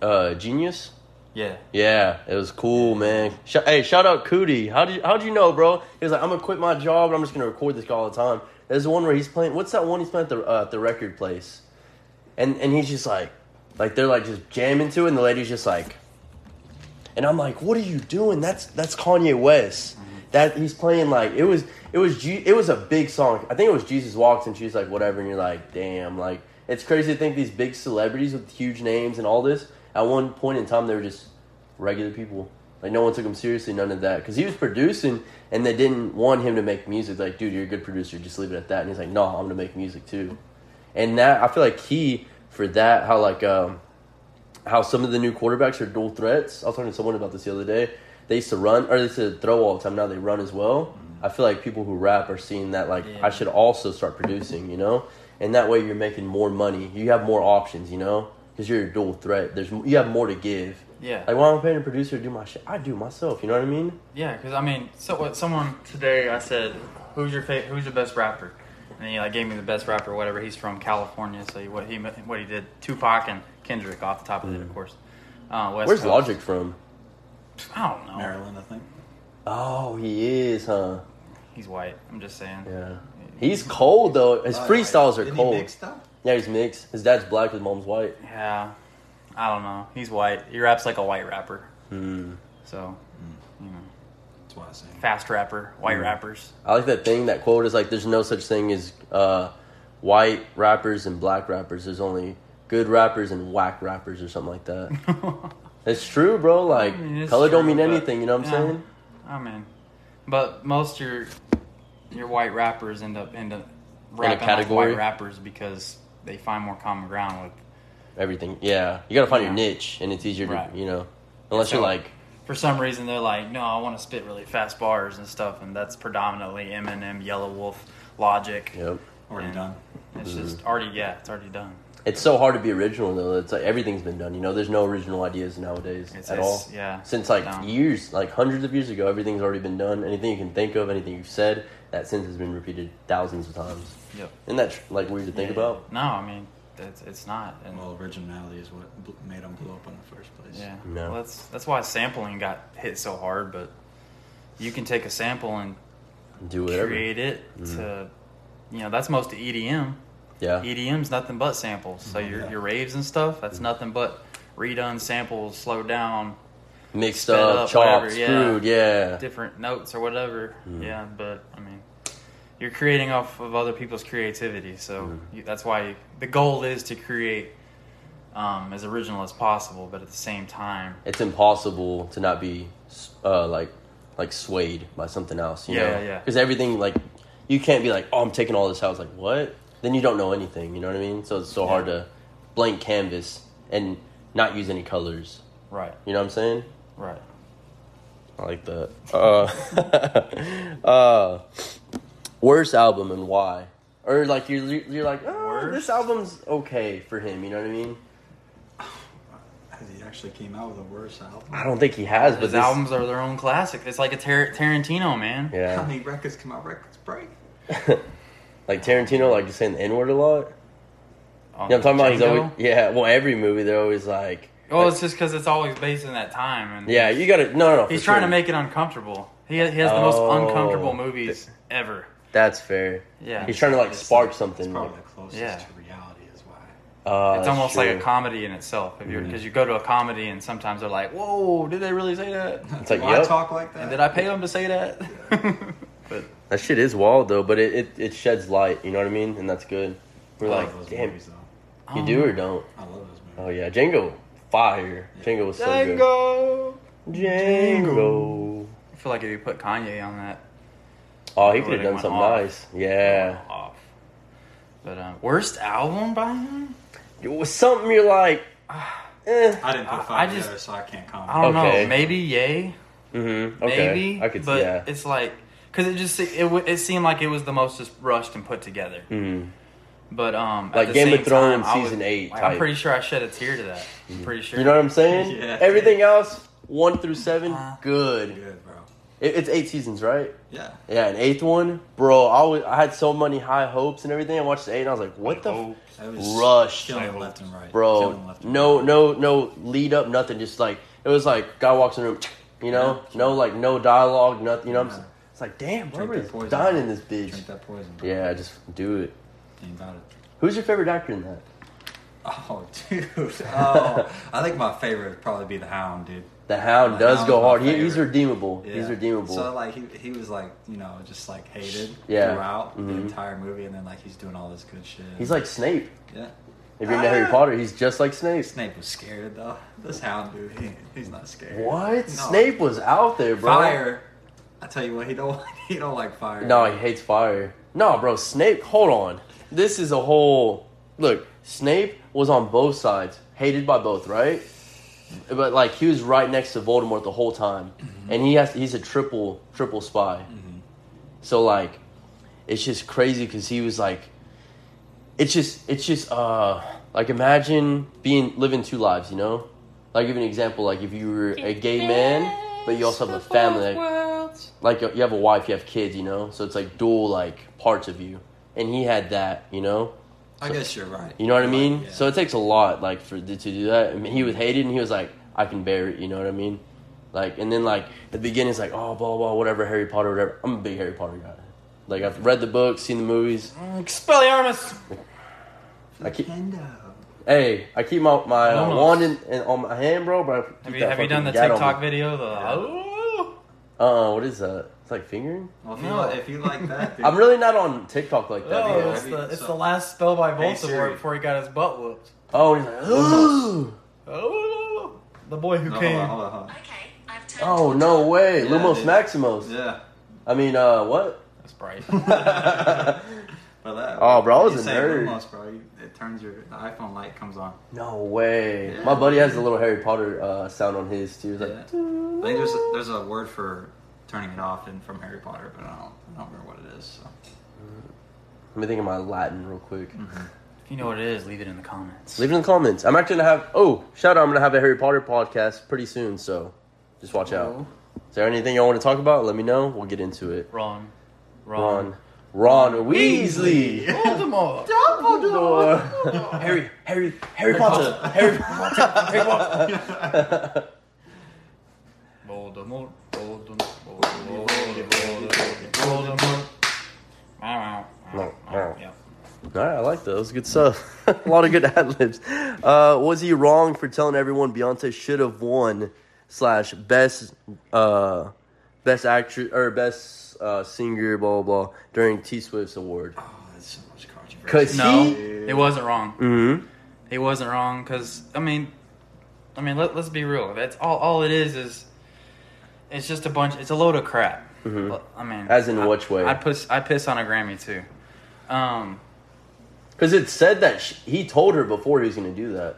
Speaker 1: uh, genius.
Speaker 5: Yeah,
Speaker 1: Yeah, it was cool, man. Sh- hey, shout out Cootie. How did how'd you know, bro? He was like, I'm gonna quit my job and I'm just gonna record this guy all the time. There's the one where he's playing. What's that one he's playing at the uh, at the record place? And and he's just like, like they're like just jamming to, it, and the lady's just like, and I'm like, what are you doing? That's that's Kanye West. That he's playing like it was it was G, it was a big song. I think it was Jesus Walks, and she's like, whatever. And you're like, damn, like it's crazy to think these big celebrities with huge names and all this. At one point in time, they were just regular people. Like no one took him seriously, none of that, because he was producing, and they didn't want him to make music. Like, dude, you're a good producer, just leave it at that. And he's like, no, I'm gonna make music too. And that I feel like he for that how like um, how some of the new quarterbacks are dual threats. I was talking to someone about this the other day. They used to run, or they used to throw all the time. Now they run as well. I feel like people who rap are seeing that. Like
Speaker 5: Yeah.
Speaker 1: I should also start producing, you know. And that way you're making more money. You have more options, you know, because you're a dual threat. There's you have more to give.
Speaker 5: yeah.
Speaker 1: Like why am I paying a producer to do my shit? I do myself. You know what I mean?
Speaker 5: Yeah, because I mean, so what? Someone today, I said, "Who's your favorite? Who's the best rapper?" And he like gave me the best rapper, whatever. He's from California, so he, what he what he did, Tupac and Kendrick off the top of it, of course. Uh, West
Speaker 1: Mm-hmm. Where's
Speaker 5: Coast.
Speaker 1: Logic from?
Speaker 5: I don't know.
Speaker 4: Maryland, I think.
Speaker 1: Oh, he is, huh?
Speaker 5: He's white. I'm just saying.
Speaker 1: Yeah. He's cold though. His freestyles are
Speaker 4: Didn't
Speaker 1: cold.
Speaker 4: Oh, He mixed up?
Speaker 1: Yeah, he's mixed. His dad's black, his mom's white.
Speaker 5: Yeah. I don't know. He's white. He raps like a white rapper.
Speaker 1: Hmm.
Speaker 5: So
Speaker 4: That's why I say.
Speaker 5: fast rapper,
Speaker 1: Hmm.
Speaker 5: white rappers.
Speaker 1: I like that thing. That quote is like, "There's no such thing as uh, white rappers and black rappers. There's only good rappers and whack rappers, or something like that." it's true, bro. Like
Speaker 5: I mean, it's
Speaker 1: color don't
Speaker 5: true,
Speaker 1: mean
Speaker 5: but-
Speaker 1: anything. You know what I'm
Speaker 5: Yeah.
Speaker 1: saying?
Speaker 5: I mean, but most your your white rappers end up end up rapping
Speaker 1: category?
Speaker 5: like white rappers because they find more common ground with.
Speaker 1: Everything. Yeah, you gotta find your
Speaker 5: Yeah.
Speaker 1: niche, and it's easier to
Speaker 5: Right.
Speaker 1: you know, unless you're
Speaker 5: So-
Speaker 1: like,
Speaker 5: For some reason, they're like, no, I want to spit really fast bars and stuff, and that's predominantly Eminem, Yellow Wolf, Logic.
Speaker 1: yep. Mm-hmm.
Speaker 4: Already
Speaker 5: And
Speaker 4: done.
Speaker 5: It's just already yeah, it's already done.
Speaker 1: It's so hard to be original though. It's like everything's been done. You know, there's no original ideas nowadays
Speaker 5: It's-
Speaker 1: at all.
Speaker 5: it's- yeah,
Speaker 1: Since like
Speaker 5: no.
Speaker 1: years, like hundreds of years ago, everything's already been done. Anything you can think of, anything you've said, that sentence has been repeated thousands of times.
Speaker 5: Yep.
Speaker 1: Isn't that tr- like weird to think about?
Speaker 5: No, I mean, it's it's not. And,
Speaker 4: Well, originality is what bl- made them blow up in the first place.
Speaker 5: Yeah.
Speaker 1: No.
Speaker 5: Well, that's that's why sampling got hit so hard, but you can take a sample and
Speaker 1: Do whatever. Mm-hmm.
Speaker 5: create it to you know, that's most E of EDM.
Speaker 1: Yeah. Mm-hmm.
Speaker 5: EDM's E nothing but samples. So your
Speaker 4: Yeah.
Speaker 5: your raves and stuff, that's nothing but redone samples, slowed down,
Speaker 1: Mixed
Speaker 5: Sped
Speaker 1: up,
Speaker 5: up,
Speaker 1: chopped,
Speaker 5: whatever, yeah.
Speaker 1: screwed. Yeah.
Speaker 5: different notes or whatever.
Speaker 1: Mm-hmm.
Speaker 5: Yeah, but I mean you're creating off of other people's creativity, so
Speaker 1: Mm-hmm.
Speaker 5: you, that's why the goal is to create um, as original as possible, but at the same time,
Speaker 1: It's impossible to not be uh, like like swayed by something else. You
Speaker 5: Yeah,
Speaker 1: know?
Speaker 5: yeah, yeah.
Speaker 1: Because everything like you can't be like, oh, I'm taking all this out. It's like what? Then you don't know anything. You know what I mean? So it's so hard to blank canvas and not use any colors.
Speaker 5: right,
Speaker 1: You know what I'm saying?
Speaker 5: right.
Speaker 1: I like that. Uh, uh, worst album and why? Or like you're you're like, oh,
Speaker 5: Worst?
Speaker 1: this album's okay for him. You know what I mean?
Speaker 4: Yeah, actually came out with a worse album.
Speaker 1: I don't think he has, but
Speaker 5: His
Speaker 1: this
Speaker 5: albums are their own classic. It's like a Tar- Tarantino, man.
Speaker 4: How
Speaker 1: yeah,
Speaker 4: many records come out? Records break.
Speaker 1: like Tarantino, like you're saying the N word a lot.
Speaker 5: Um,
Speaker 1: Yeah, I'm talking about he's
Speaker 5: Django?
Speaker 1: always yeah. Well, every movie they're always like,
Speaker 5: Well, Oh, it's just because it's always based in that time, and
Speaker 1: yeah, you gotta no, no. no,
Speaker 5: he's
Speaker 1: for
Speaker 5: trying
Speaker 1: sure.
Speaker 5: to make it uncomfortable. He has, he has the most
Speaker 1: Oh.
Speaker 5: uncomfortable movies ever.
Speaker 1: That's fair.
Speaker 5: Yeah.
Speaker 1: he's trying to like
Speaker 4: It's-
Speaker 1: spark
Speaker 4: It's
Speaker 1: something.
Speaker 4: probably the closest
Speaker 5: Yeah.
Speaker 4: to reality, is why.
Speaker 1: Uh,
Speaker 5: It's
Speaker 1: that's
Speaker 5: almost like a
Speaker 1: true. Mm-hmm.
Speaker 5: comedy in itself, because you go to a comedy and sometimes they're like, "Whoa, did they really say that?
Speaker 1: It's like
Speaker 4: Why
Speaker 1: yep,
Speaker 4: talk like that?
Speaker 5: And did I pay them to say that?"
Speaker 1: that shit is wild though, but it, it it sheds light. You know what I mean, and that's good. We're
Speaker 4: I love
Speaker 1: like,
Speaker 4: those
Speaker 1: damn,
Speaker 4: movies, though.
Speaker 5: um,
Speaker 1: you do or don't.
Speaker 4: I love those movies.
Speaker 1: Oh yeah, Django, fire. Django was so
Speaker 5: Django.
Speaker 1: good. Django.
Speaker 5: I feel like if you put Kanye on that,
Speaker 1: Oh, he could
Speaker 5: Would've
Speaker 1: have done
Speaker 5: went
Speaker 1: something
Speaker 5: off.
Speaker 1: nice. Yeah,
Speaker 5: off. But um, worst album by him?
Speaker 1: it was something you're like, eh.
Speaker 4: I didn't put
Speaker 5: I-
Speaker 4: five
Speaker 5: I just-
Speaker 4: together, so I can't comment.
Speaker 5: I don't
Speaker 1: Okay.
Speaker 5: know. Maybe Yay.
Speaker 1: Mm-hmm. Okay,
Speaker 5: Maybe.
Speaker 1: I could.
Speaker 5: But
Speaker 1: yeah.
Speaker 5: it's like because it just it w- it seemed like it was the most just rushed and put together.
Speaker 1: Mhm.
Speaker 5: But um, at
Speaker 1: Like
Speaker 5: the
Speaker 1: Game of
Speaker 5: same
Speaker 1: Thrones
Speaker 5: time, I
Speaker 1: season eight
Speaker 5: Like,
Speaker 1: type. Hmm.
Speaker 5: I'm pretty sure I shed a tear to that. I'm pretty sure.
Speaker 1: You know what I'm saying?
Speaker 4: Yeah.
Speaker 1: Everything else, one through seven,
Speaker 5: Uh,
Speaker 1: good.
Speaker 4: Good, bro.
Speaker 1: It, it's eight seasons, right?
Speaker 4: Yeah.
Speaker 1: Yeah, an eighth one, bro. I, was, I had so many high hopes and everything. I watched the eight, and I was like, "What the, f-
Speaker 4: That was
Speaker 1: Rush.
Speaker 4: Killing them left and right. Killing them
Speaker 1: bro?
Speaker 4: left and
Speaker 1: No,
Speaker 4: right.
Speaker 1: no, no lead up, nothing. Just like it was like guy walks in the room, you know, no like no dialogue, nothing. You know, what I'm
Speaker 4: Yeah.
Speaker 1: saying? it's like damn,
Speaker 4: Drink
Speaker 1: bro,
Speaker 4: that
Speaker 1: is
Speaker 4: poison.
Speaker 1: dying in this bitch.
Speaker 4: Drink that poison. Bro.
Speaker 1: Yeah, just do it.
Speaker 4: Think about it.
Speaker 1: Who's your favorite actor in that?
Speaker 4: Oh, dude. Oh, I think my favorite would probably be the Hound, dude.
Speaker 1: The Hound
Speaker 4: The
Speaker 1: does
Speaker 4: Hound's
Speaker 1: go
Speaker 4: my
Speaker 1: hard. He, he's
Speaker 4: favorite.
Speaker 1: redeemable.
Speaker 4: Yeah.
Speaker 1: He's redeemable.
Speaker 4: So like he, he was like you know just like hated
Speaker 1: Yeah.
Speaker 4: throughout the
Speaker 1: Mhm.
Speaker 4: entire movie, and then like he's doing all this good shit.
Speaker 1: he's like Snape.
Speaker 4: yeah.
Speaker 1: If you're into Harry
Speaker 4: Ah!
Speaker 1: Potter, he's just like Snape.
Speaker 4: Snape was scared though. This Hound dude, he, he's not scared.
Speaker 1: What?
Speaker 4: No.
Speaker 1: Snape was out there, bro.
Speaker 4: Fire. I tell you what, he don't he don't like fire.
Speaker 1: No, he hates fire. No, bro, Snape, hold on. This is a whole look, Snape was on both sides, hated by both, right? But like he was right next to Voldemort the whole time. And he has he's a triple triple spy. So like it's just crazy cuz he was like it's just it's just uh like imagine being living two lives, you know? Like give an example like if you were a gay man but you also have a family like, like you have a wife, you have kids, you know. So it's like dual like parts of you, and he had that, you know.
Speaker 4: I guess you're right.
Speaker 1: You know what I mean?
Speaker 4: Yeah.
Speaker 1: So it takes a lot like for to do that. I mean, he was hated, and he was like, I can bear it. You know what I mean? Like, and then like the beginning is like, oh, blah blah, whatever, Harry Potter, whatever. I'm a big Harry Potter guy. Like I've read the books, seen the movies.
Speaker 5: Expelliarmus.
Speaker 1: I keep,
Speaker 4: Nintendo.
Speaker 1: hey, I keep my my uh,
Speaker 5: Almost.
Speaker 1: wand in, in, on my hand, bro. But I keep
Speaker 5: Have you,
Speaker 1: that
Speaker 5: have you done the
Speaker 1: fucking gat on
Speaker 5: TikTok
Speaker 1: me.
Speaker 5: video? The oh,
Speaker 1: Uh, what is that? It's like fingering.
Speaker 4: Well, if,
Speaker 5: No.
Speaker 4: you, if you like that, dude,
Speaker 1: I'm really not on TikTok like that.
Speaker 5: oh,
Speaker 1: you know?
Speaker 5: it's, the, it's the last spell by
Speaker 4: Hey,
Speaker 5: Voldemort
Speaker 4: Siri.
Speaker 5: before he got his butt whooped.
Speaker 1: Oh, and he's like, "Ugh."
Speaker 5: Oh, the boy who
Speaker 4: No, hold
Speaker 5: came.
Speaker 4: on, hold on, hold on.
Speaker 6: Okay, I've turned.
Speaker 1: Oh no way,
Speaker 4: Yeah,
Speaker 1: Lumos
Speaker 4: dude.
Speaker 1: Maximus.
Speaker 4: Yeah.
Speaker 1: I mean, uh, what?
Speaker 5: That's bright.
Speaker 4: But that,
Speaker 1: Oh, bro, I was
Speaker 4: you
Speaker 1: a
Speaker 4: say
Speaker 1: nerd.
Speaker 4: Lumos, bro. You, it turns your the iPhone light comes on.
Speaker 1: No way.
Speaker 4: Yeah.
Speaker 1: My buddy has a little Harry Potter uh, sound on his too. He's like,
Speaker 4: Yeah. I think there's a, there's a word for turning it off in from Harry Potter, but I don't I don't remember what it is. So.
Speaker 1: let me think of my Latin real quick.
Speaker 5: if you know what it is, leave it in the comments.
Speaker 1: Leave it in the comments. I'm actually gonna have. Oh, shout out! I'm gonna have a Harry Potter podcast pretty soon, so just watch out. Is there anything y'all want to talk about? Let me know. We'll get into it.
Speaker 5: Ron. Ron.
Speaker 1: Ron, Ron Weasley.
Speaker 5: Voldemort.
Speaker 1: Dumbledore. Harry, Harry, Harry Potter. Harry Potter. Harry Potter.
Speaker 5: Voldemort. Voldemort. Voldemort. Voldemort. Voldemort. Wow, wow, wow. Yeah.
Speaker 1: All right, I like those. Good stuff. a lot of good ad libs. Uh, was he wrong for telling everyone Beyonce should have won slash best uh, best actress or best uh, singer blah blah blah during T Swift's award?
Speaker 4: Oh, that's so much
Speaker 1: Cause
Speaker 4: controversy.
Speaker 5: No,
Speaker 1: he
Speaker 5: it wasn't wrong.
Speaker 1: Mhm.
Speaker 5: He wasn't wrong because I mean, I mean let, let's be real. That's all. All it is is it's just a bunch. It's a load of crap. I mean,
Speaker 1: Mm-hmm. As in
Speaker 5: I,
Speaker 1: which way?
Speaker 5: I piss. I piss on a Grammy too. Um,
Speaker 1: because it said that sh he told her before he was going to do that.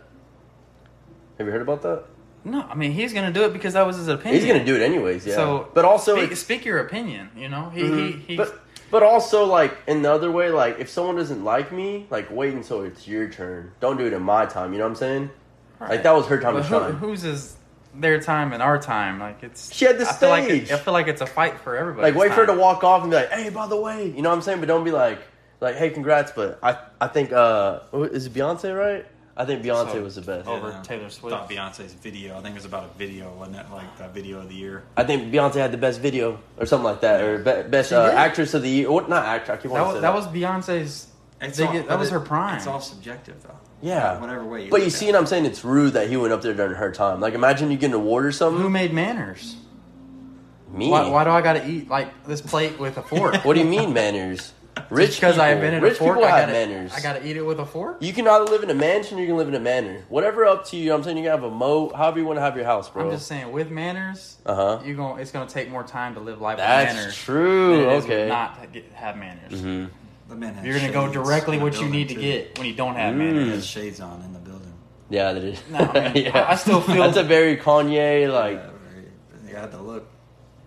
Speaker 1: Have you heard about that?
Speaker 5: no, I mean he's gonna do it because that was his opinion.
Speaker 1: He's going to do it anyways. Yeah.
Speaker 5: So,
Speaker 1: but also
Speaker 5: speak,
Speaker 1: it's- Mm-hmm.
Speaker 5: speak your opinion. You know, he he, he
Speaker 1: but but also like in the other way, like if someone doesn't like me, like wait until it's your turn. Don't do it in my time. You know what I'm saying? Like that was her time
Speaker 5: But
Speaker 1: to
Speaker 5: who,
Speaker 1: shine.
Speaker 5: whose is their time and our time? Like it's
Speaker 1: She had the
Speaker 5: I feel like it-
Speaker 1: stage.
Speaker 5: I feel like it's a fight for everybody.
Speaker 1: like wait for her to walk off and be like, "Hey, by the way," you know what I'm saying? But don't be like, like, "Hey, congrats." But I, I think, uh, who- is it Beyonce right? I think Beyonce
Speaker 5: So-
Speaker 1: was the best.
Speaker 5: Over
Speaker 4: Yeah.
Speaker 5: Taylor Swift.
Speaker 4: Thought Beyonce's video. I think it was about a video, wasn't it? Like that video of the year.
Speaker 1: I think Beyonce had the best video or something like that, or be- best uh,
Speaker 5: did.
Speaker 1: actress of the year. What? Not actor. I keep
Speaker 5: That
Speaker 1: wanting to
Speaker 5: was,
Speaker 1: say
Speaker 5: that was Beyonce's. biggest-
Speaker 4: but
Speaker 5: that was her prime.
Speaker 4: It's all subjective, though.
Speaker 1: Yeah.
Speaker 4: Whatever way.
Speaker 1: But
Speaker 4: look
Speaker 1: you
Speaker 4: at
Speaker 1: see,
Speaker 4: it.
Speaker 1: and I'm saying it's rude that he went up there during her time. Like, imagine you get an award or something.
Speaker 5: Who made manners?
Speaker 1: Me?
Speaker 5: Mm-hmm. Why, why do I got to eat like this plate with a fork?
Speaker 1: what do you mean manners? Rich
Speaker 5: Because I
Speaker 1: people-
Speaker 5: invented
Speaker 1: rich
Speaker 5: a fork.
Speaker 1: people
Speaker 5: I
Speaker 1: have
Speaker 5: gotta,
Speaker 1: manners.
Speaker 5: I gotta eat it with a fork.
Speaker 1: you can either live in a mansion or you can live in a manor. Whatever up to you. I'm saying you can have a moat, however you want to have your house, bro.
Speaker 5: I'm just saying, with manners,
Speaker 1: Uh-huh.
Speaker 5: you going it's gonna take more time to live life
Speaker 1: That's
Speaker 5: with manners. than
Speaker 1: true.
Speaker 5: it is with
Speaker 1: Okay. Mm-hmm.
Speaker 5: not get, have manners.
Speaker 4: the man had
Speaker 5: You're gonna go
Speaker 4: shades
Speaker 5: directly
Speaker 4: in the
Speaker 5: what you
Speaker 4: building,
Speaker 5: need to
Speaker 4: too.
Speaker 5: get when you don't
Speaker 1: Mm.
Speaker 5: have
Speaker 4: He
Speaker 5: manners.
Speaker 4: had shades on in the building.
Speaker 1: yeah, that is.
Speaker 5: No, I mean, I- I still feel-
Speaker 1: that's a very Kanye like.
Speaker 4: Yeah, very- you had to look.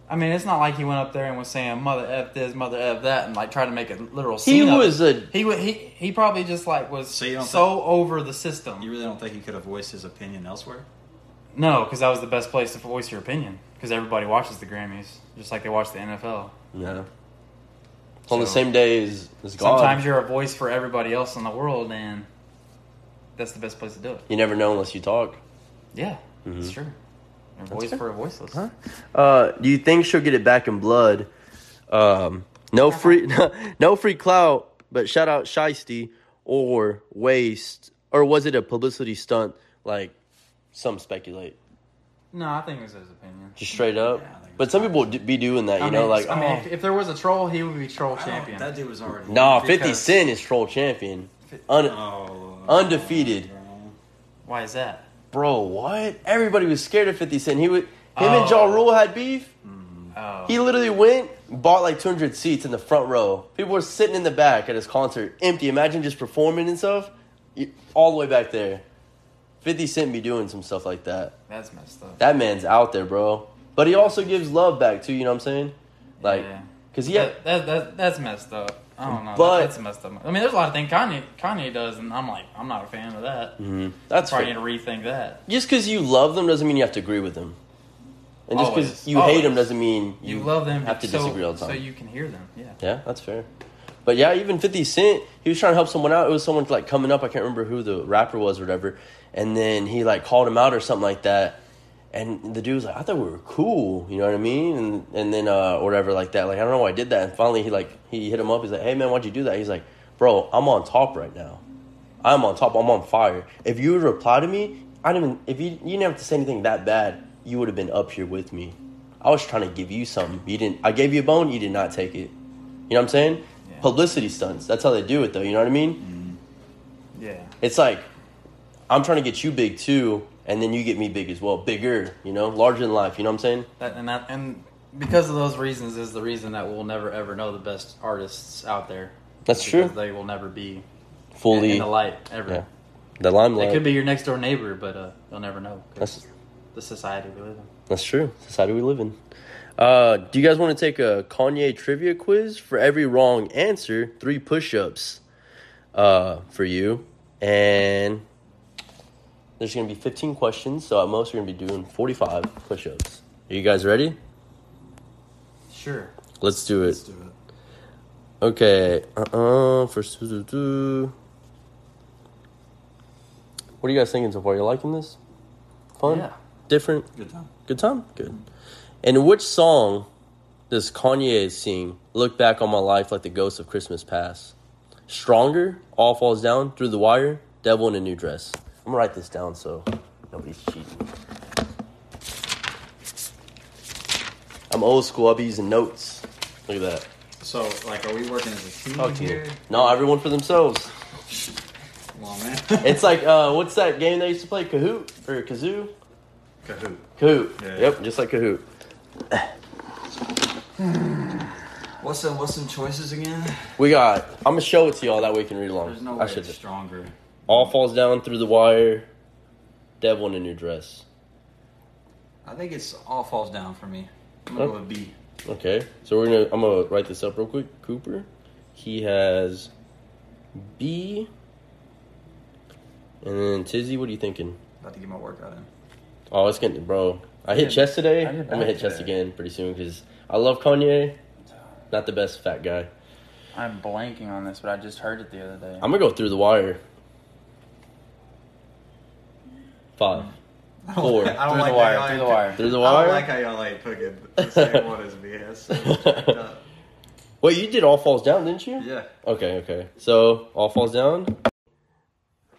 Speaker 5: I mean, it's not like he went up there and was saying "mother f this, mother f that" and like tried to make a literal
Speaker 1: He
Speaker 5: scene. of
Speaker 1: was
Speaker 5: it.
Speaker 1: a
Speaker 5: he wa- he he probably just like was so,
Speaker 4: So you don't
Speaker 5: over the system.
Speaker 4: You really don't think he could have voiced his opinion elsewhere?
Speaker 5: No, because that was the best place to voice your opinion. Because everybody watches the Grammys, just like they watch the NFL.
Speaker 1: yeah. On the
Speaker 5: So-
Speaker 1: same day as, as God.
Speaker 5: Sometimes you're a voice for everybody else in the world, and that's the best place to do it.
Speaker 1: you never know unless you talk.
Speaker 5: Yeah,
Speaker 1: Mm-hmm.
Speaker 5: it's true. You're a voice
Speaker 1: fair.
Speaker 5: for a voiceless.
Speaker 1: Uh, do you think she'll get it back in blood? Um, no free, no free clout, but shout out Shiesty or waste, or was it a publicity stunt? Like some speculate,
Speaker 5: No, I think it was his opinion.
Speaker 1: just straight up.
Speaker 4: Yeah, I think
Speaker 1: but some people d- be doing that, you
Speaker 5: I
Speaker 1: know,
Speaker 5: mean,
Speaker 1: like
Speaker 5: I mean,
Speaker 1: oh,
Speaker 5: if, if there was a troll, he would be troll
Speaker 4: I don't-
Speaker 5: champion.
Speaker 4: That dude was already.
Speaker 1: nah, Fifty
Speaker 5: because-
Speaker 1: Cent is troll champion, Un-
Speaker 4: Oh,
Speaker 1: undefeated.
Speaker 5: Why is that?
Speaker 1: Bro, what? Everybody was scared of Fifty Cent. He would, him and
Speaker 5: Oh.
Speaker 1: Ja Rule had beef.
Speaker 5: Oh,
Speaker 1: He literally went, bought like 200 seats in the front row. People were sitting in the back at his concert, empty. Imagine just performing and stuff, You- all the way back there. 50 Cent be doing some stuff like that.
Speaker 5: that's messed up.
Speaker 1: That man's out there, bro. But he also gives love back too. You know what I'm saying? Like,
Speaker 5: Yeah.
Speaker 1: cause he had,
Speaker 5: That, that, that that's messed up. I don't know.
Speaker 1: But-
Speaker 5: That- that's messed up. I mean, there's a lot of things Kanye Kanye does, and I'm like, I'm not a fan of that.
Speaker 1: Mm-hmm. that's
Speaker 5: Probably need
Speaker 1: fair.
Speaker 5: to rethink that.
Speaker 1: just cause you love them doesn't mean you have to agree with them. And just
Speaker 5: Always.
Speaker 1: cause you hate them
Speaker 5: Always.
Speaker 1: doesn't mean
Speaker 5: You, love them,
Speaker 1: Have to
Speaker 5: so,
Speaker 1: disagree all the
Speaker 5: so
Speaker 1: time.
Speaker 5: you can hear them. Yeah.
Speaker 1: Yeah, that's fair. But yeah, even 50 Cent, he was trying to help someone out. It was someone like coming up. I can't remember who the rapper was or whatever. And then he like called him out or something like that. And the dude was like, I thought we were cool. You know what I mean? And, and then, uh, or whatever like that. Like, I don't know why I did that. And finally he like, he hit him up. He's like, hey man, why'd you do that? He's like, bro, I'm on top right now. I'm on top. I'm on fire. If you would reply to me, I didn't even, if you, you didn't have to say anything that bad, you would have been up here with me. I was trying to give you something. You didn't, I gave you a bone. You did not take it. You know what I'm saying?
Speaker 5: Yeah. Mm.
Speaker 1: Publicity stunts. That's how they do it, though. You know what I mean?
Speaker 5: Yeah.
Speaker 1: It's like I'm trying to get you big too, and then you get me big as well, bigger. You know, larger than life. You know what I'm saying?
Speaker 5: That, and that, and because of those reasons is the reason that we'll never ever know the best artists out there.
Speaker 1: That's
Speaker 5: Because
Speaker 1: true.
Speaker 5: They will never be
Speaker 1: Fully
Speaker 5: in the light ever.
Speaker 1: Yeah, the
Speaker 5: They
Speaker 1: limelight.
Speaker 5: could be your next door neighbor, but uh, you'll never know. 'cause
Speaker 1: That's
Speaker 5: the society we live in.
Speaker 1: that's true. Society we live in. Uh, do you guys want to take a Kanye trivia quiz? For every wrong answer, three push-ups uh, for you, and there's going to be 15 questions. So at most, we're going to be doing 45 push-ups. Are you guys ready?
Speaker 5: Sure.
Speaker 1: Let's do
Speaker 4: Let's
Speaker 1: it.
Speaker 4: do it.
Speaker 1: Okay. Uh uh First. do, do, do. What are you guys thinking so far? You liking this? Fun?
Speaker 5: Yeah.
Speaker 1: Different?
Speaker 4: Good time.
Speaker 1: Good time? Good. And which song does Kanye sing? Look back on my life like the ghost of Christmas past. Stronger? All falls down? Through the wire? Devil in a new dress. I'm gonna write this down so nobody's cheating. I'm old school. I'll be using notes. Look at that.
Speaker 4: So, like, are we working as a team
Speaker 1: Talk to
Speaker 4: here?
Speaker 1: you. No, everyone for themselves.
Speaker 4: Well, man.
Speaker 1: It's like uh, what's that game they used to play? Kahoot or Kazoo?
Speaker 4: Kahoot.
Speaker 1: Kahoot.
Speaker 4: Yeah.
Speaker 1: Yep, just like Kahoot.
Speaker 4: What's the what's some choices again?
Speaker 1: We got. I'm gonna show it to y'all that way you can read along.
Speaker 4: There's no
Speaker 1: Oh, I
Speaker 4: way
Speaker 1: should.
Speaker 4: it's stronger.
Speaker 1: All falls down through the wire. Devil in a new dress.
Speaker 4: I think it's all falls down for me. I'm gonna go with B.
Speaker 1: Okay, so we're gonna. I'm gonna write this up real quick. Cooper, he has B. And then Tizzy, what are you thinking?
Speaker 4: About to get my workout in.
Speaker 1: Oh, it's getting bro. I hit
Speaker 5: did-
Speaker 1: chest today.
Speaker 5: I did
Speaker 1: I'm gonna hit
Speaker 5: back
Speaker 1: chest
Speaker 5: today.
Speaker 1: again pretty soon because I love Kanye. Not the best fat guy.
Speaker 5: I'm blanking on this, but I just heard it the other day.
Speaker 1: I'm gonna go through the wire. Five. Four.
Speaker 4: I
Speaker 5: Through
Speaker 4: don't
Speaker 5: the
Speaker 4: like
Speaker 5: wire,
Speaker 4: How y'all
Speaker 5: through the
Speaker 4: ain't-
Speaker 5: wire.
Speaker 1: Through the
Speaker 4: I
Speaker 1: wire.
Speaker 4: don't like how y'all like fucking the same one as me. That's so fucked up.
Speaker 1: Wait, you did all falls down, didn't you?
Speaker 4: Yeah.
Speaker 1: Okay, okay. So all falls down.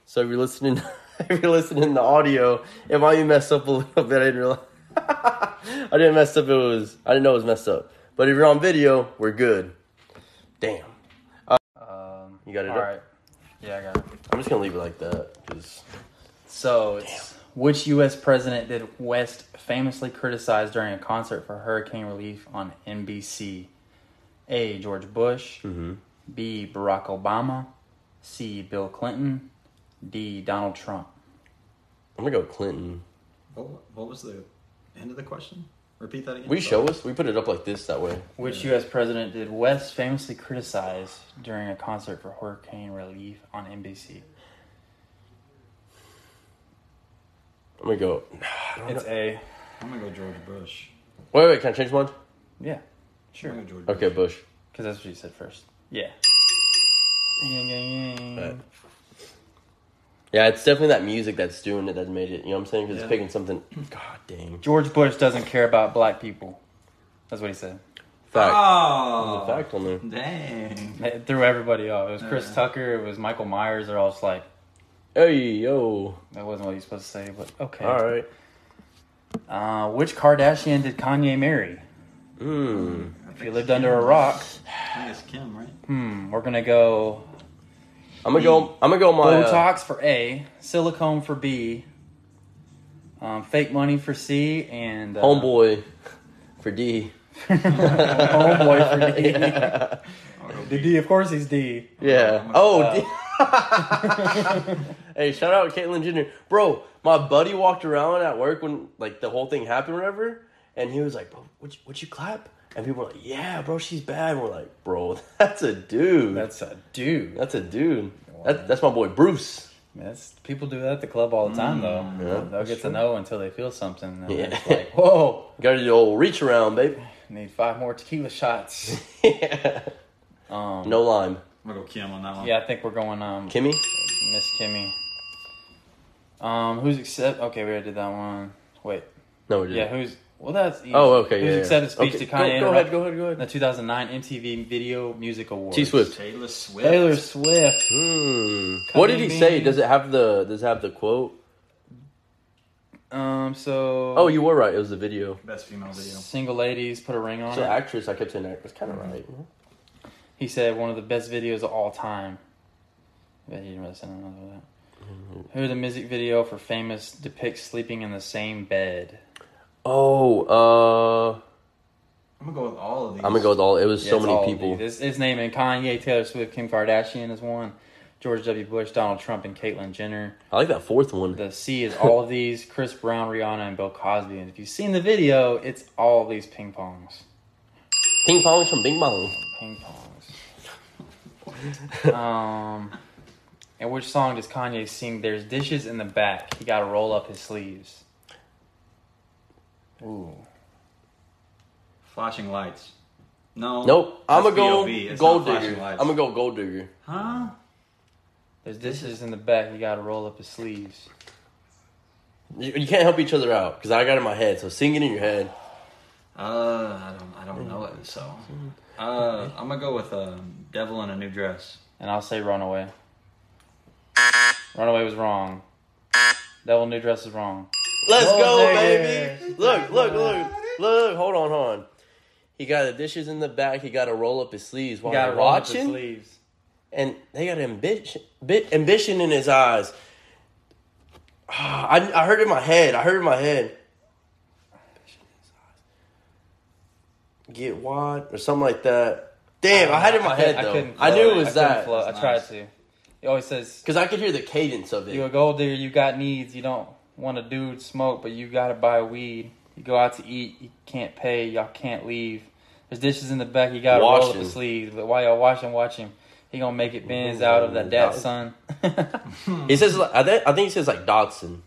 Speaker 1: So if you're listening, if you're listening to audio, it might be messed up a little bit. I didn't realize. I didn't mess up. It was I didn't know it was messed up. But if you're on video, we're good. Damn.
Speaker 5: Um,
Speaker 1: You got it
Speaker 5: All
Speaker 1: up?
Speaker 5: right. Yeah, I got it.
Speaker 1: I'm just gonna leave it like that because
Speaker 5: So, it's, which U.S. president did West famously criticize during a concert for hurricane relief on NBC? A. George Bush. B. Barack Obama. C. Bill Clinton. D. Donald Trump.
Speaker 1: I'm gonna go Clinton.
Speaker 4: What, what was the end of the question? Repeat that again.
Speaker 1: We show us. We put it up like this that way.
Speaker 5: Which U.S. president did West famously criticize during a concert for hurricane relief on NBC?
Speaker 1: I'm gonna go.
Speaker 5: It's A.
Speaker 4: I'm gonna go George Bush.
Speaker 1: Wait, wait. Can I change mine?
Speaker 5: Yeah,
Speaker 4: I'm
Speaker 5: sure.
Speaker 4: gonna go George
Speaker 1: Okay, Bush.
Speaker 5: Because that's what you said first. Yeah. Yang, yang, yang.
Speaker 1: Alright. Yeah, it's definitely that music that's doing it that made it. You know what I'm saying? Because
Speaker 4: Yeah.
Speaker 1: it's picking something. God dang.
Speaker 5: George Bush doesn't care about black people. That's what he said.
Speaker 1: Fact. There's
Speaker 4: Oh,
Speaker 1: a fact on there.
Speaker 4: dang.
Speaker 5: It threw everybody off. It was Chris
Speaker 4: Yeah.
Speaker 5: Tucker. It was Michael Myers. They're all just like,
Speaker 1: Hey yo.
Speaker 5: that wasn't what he was supposed to say, but okay.
Speaker 1: All right.
Speaker 5: Uh, which Kardashian did Kanye marry?
Speaker 1: Mm.
Speaker 5: If you lived under a rock,
Speaker 4: I think it's Kim, right?
Speaker 5: hmm, we're gonna go
Speaker 1: I'm gonna go. I'm gonna go my. Uh,
Speaker 5: Botox for A, silicone for B, um, fake money for C, and uh,
Speaker 1: homeboy for D.
Speaker 5: homeboy for D.
Speaker 1: yeah.
Speaker 4: I'll go
Speaker 5: The D, of course, he's D.
Speaker 1: Yeah.
Speaker 4: gonna-
Speaker 1: Oh. D- hey, shout out Caitlyn Jenner, bro. My buddy walked around at work when like the whole thing happened, or whatever, and he was like, "Bro, would you, would you clap?" And people were like, "Yeah, bro, she's bad." And we're like, "Bro, that's a dude. That's
Speaker 5: That's a dude.
Speaker 1: that's a dude. That, that's my boy Bruce."
Speaker 5: That's people do that at the club all the time, though.
Speaker 1: Mm, Yeah,
Speaker 5: They'll get to know until they feel something. And
Speaker 1: Yeah.
Speaker 5: yeah. It's like, whoa,
Speaker 1: Got to do the old reach around, baby.
Speaker 5: need five more tequila shots. Um,
Speaker 1: No lime,
Speaker 4: I'm gonna go Kim on that one.
Speaker 5: Yeah, I think we're going um,
Speaker 1: Kimmy.
Speaker 5: Miss Kimmy. Um, who's accept? Okay, we already did that one. Wait,
Speaker 1: No, we didn't.
Speaker 5: yeah, who's? Well, that's easy.
Speaker 1: Oh, okay.
Speaker 5: Who's
Speaker 1: yeah, yeah.
Speaker 5: accepted speech
Speaker 1: Okay,
Speaker 5: to Kanye?
Speaker 1: Go, go
Speaker 5: in
Speaker 1: ahead. Go ahead. Go
Speaker 5: The
Speaker 1: ahead.
Speaker 5: 2009 MTV Video Music Awards.
Speaker 1: T Swift.
Speaker 4: Taylor Swift.
Speaker 5: Taylor Swift.
Speaker 1: Hmm. What did he say?
Speaker 5: Kanye.
Speaker 1: Does it have the? Does it have the quote?
Speaker 5: Um, so
Speaker 1: Oh, you were right. It was the video.
Speaker 4: Best female video.
Speaker 5: single ladies put a ring on
Speaker 1: So
Speaker 5: it.
Speaker 1: actress, I kept saying actress, kind of right.
Speaker 5: He said one of the best videos of all time. I bet he didn't really say nothing about
Speaker 1: Mm-hmm.
Speaker 5: that. Who the music video for famous depicts sleeping in the same bed?
Speaker 1: Oh, uh,
Speaker 4: I'm gonna go with all of these.
Speaker 1: I'm gonna go with all. It was so
Speaker 5: It's all
Speaker 1: many
Speaker 5: of
Speaker 1: people.
Speaker 5: these. It's, it's naming Kanye, Taylor Swift, Kim Kardashian is one. George W. Bush, Donald Trump, and Caitlyn Jenner.
Speaker 1: I like that fourth one.
Speaker 5: The C is all of these. Chris Brown, Rihanna, and Bill Cosby. And if you've seen the video, it's all these ping pongs.
Speaker 1: Ping pong from Bing Bong.
Speaker 5: Ping pongs. um, and which song does Kanye sing? There's dishes in the back. He got to roll up his sleeves. Ooh.
Speaker 4: Flashing lights. No.
Speaker 1: Nope. I'm
Speaker 4: That's
Speaker 1: gonna go
Speaker 4: B.O.B., it's
Speaker 1: gold
Speaker 4: not flashing
Speaker 1: digger. I'm
Speaker 4: lights.
Speaker 1: gonna go gold digger.
Speaker 4: Huh?
Speaker 5: There's dishes in the back. He got to roll up his sleeves.
Speaker 1: You, you can't help each other out because I got it in my head. So sing it in your head.
Speaker 4: Uh, I don't, I don't know it. So, uh, I'm gonna go with um, "Devil in a New Dress."
Speaker 5: And I'll say Runaway. Runaway was wrong. Devil in a New Dress is wrong.
Speaker 1: Let's
Speaker 5: Gold
Speaker 1: go,
Speaker 5: digger.
Speaker 1: baby. Look, look, look, look. Hold on, hold on. He got the dishes in the back. He got to roll up his sleeves
Speaker 5: He
Speaker 1: while
Speaker 5: got
Speaker 1: you're
Speaker 5: to roll up his
Speaker 1: watching.
Speaker 5: sleeves.
Speaker 1: and they got ambition, bit, ambition in his eyes. Ah, I, I heard it in my head. I heard it in my head. Get wide or something like that. Damn, I had it in my head
Speaker 5: I
Speaker 1: though.
Speaker 5: couldn't
Speaker 1: I,
Speaker 5: flow
Speaker 1: knew it
Speaker 5: I
Speaker 1: was
Speaker 5: couldn't flow.
Speaker 1: that
Speaker 5: I tried to. He always says
Speaker 1: because I could hear the cadence of
Speaker 5: You a
Speaker 1: it.
Speaker 5: gold digger, you got needs, you don't want a dude smoke, but you gotta buy weed. You go out to eat, you can't pay, y'all can't leave. There's dishes in the back, you gotta roll up
Speaker 1: Washing.
Speaker 5: his sleeves, but while y'all watching, watch him. He gonna make it bends out of that dat son.
Speaker 1: He says, I think, I think he says like Dodson.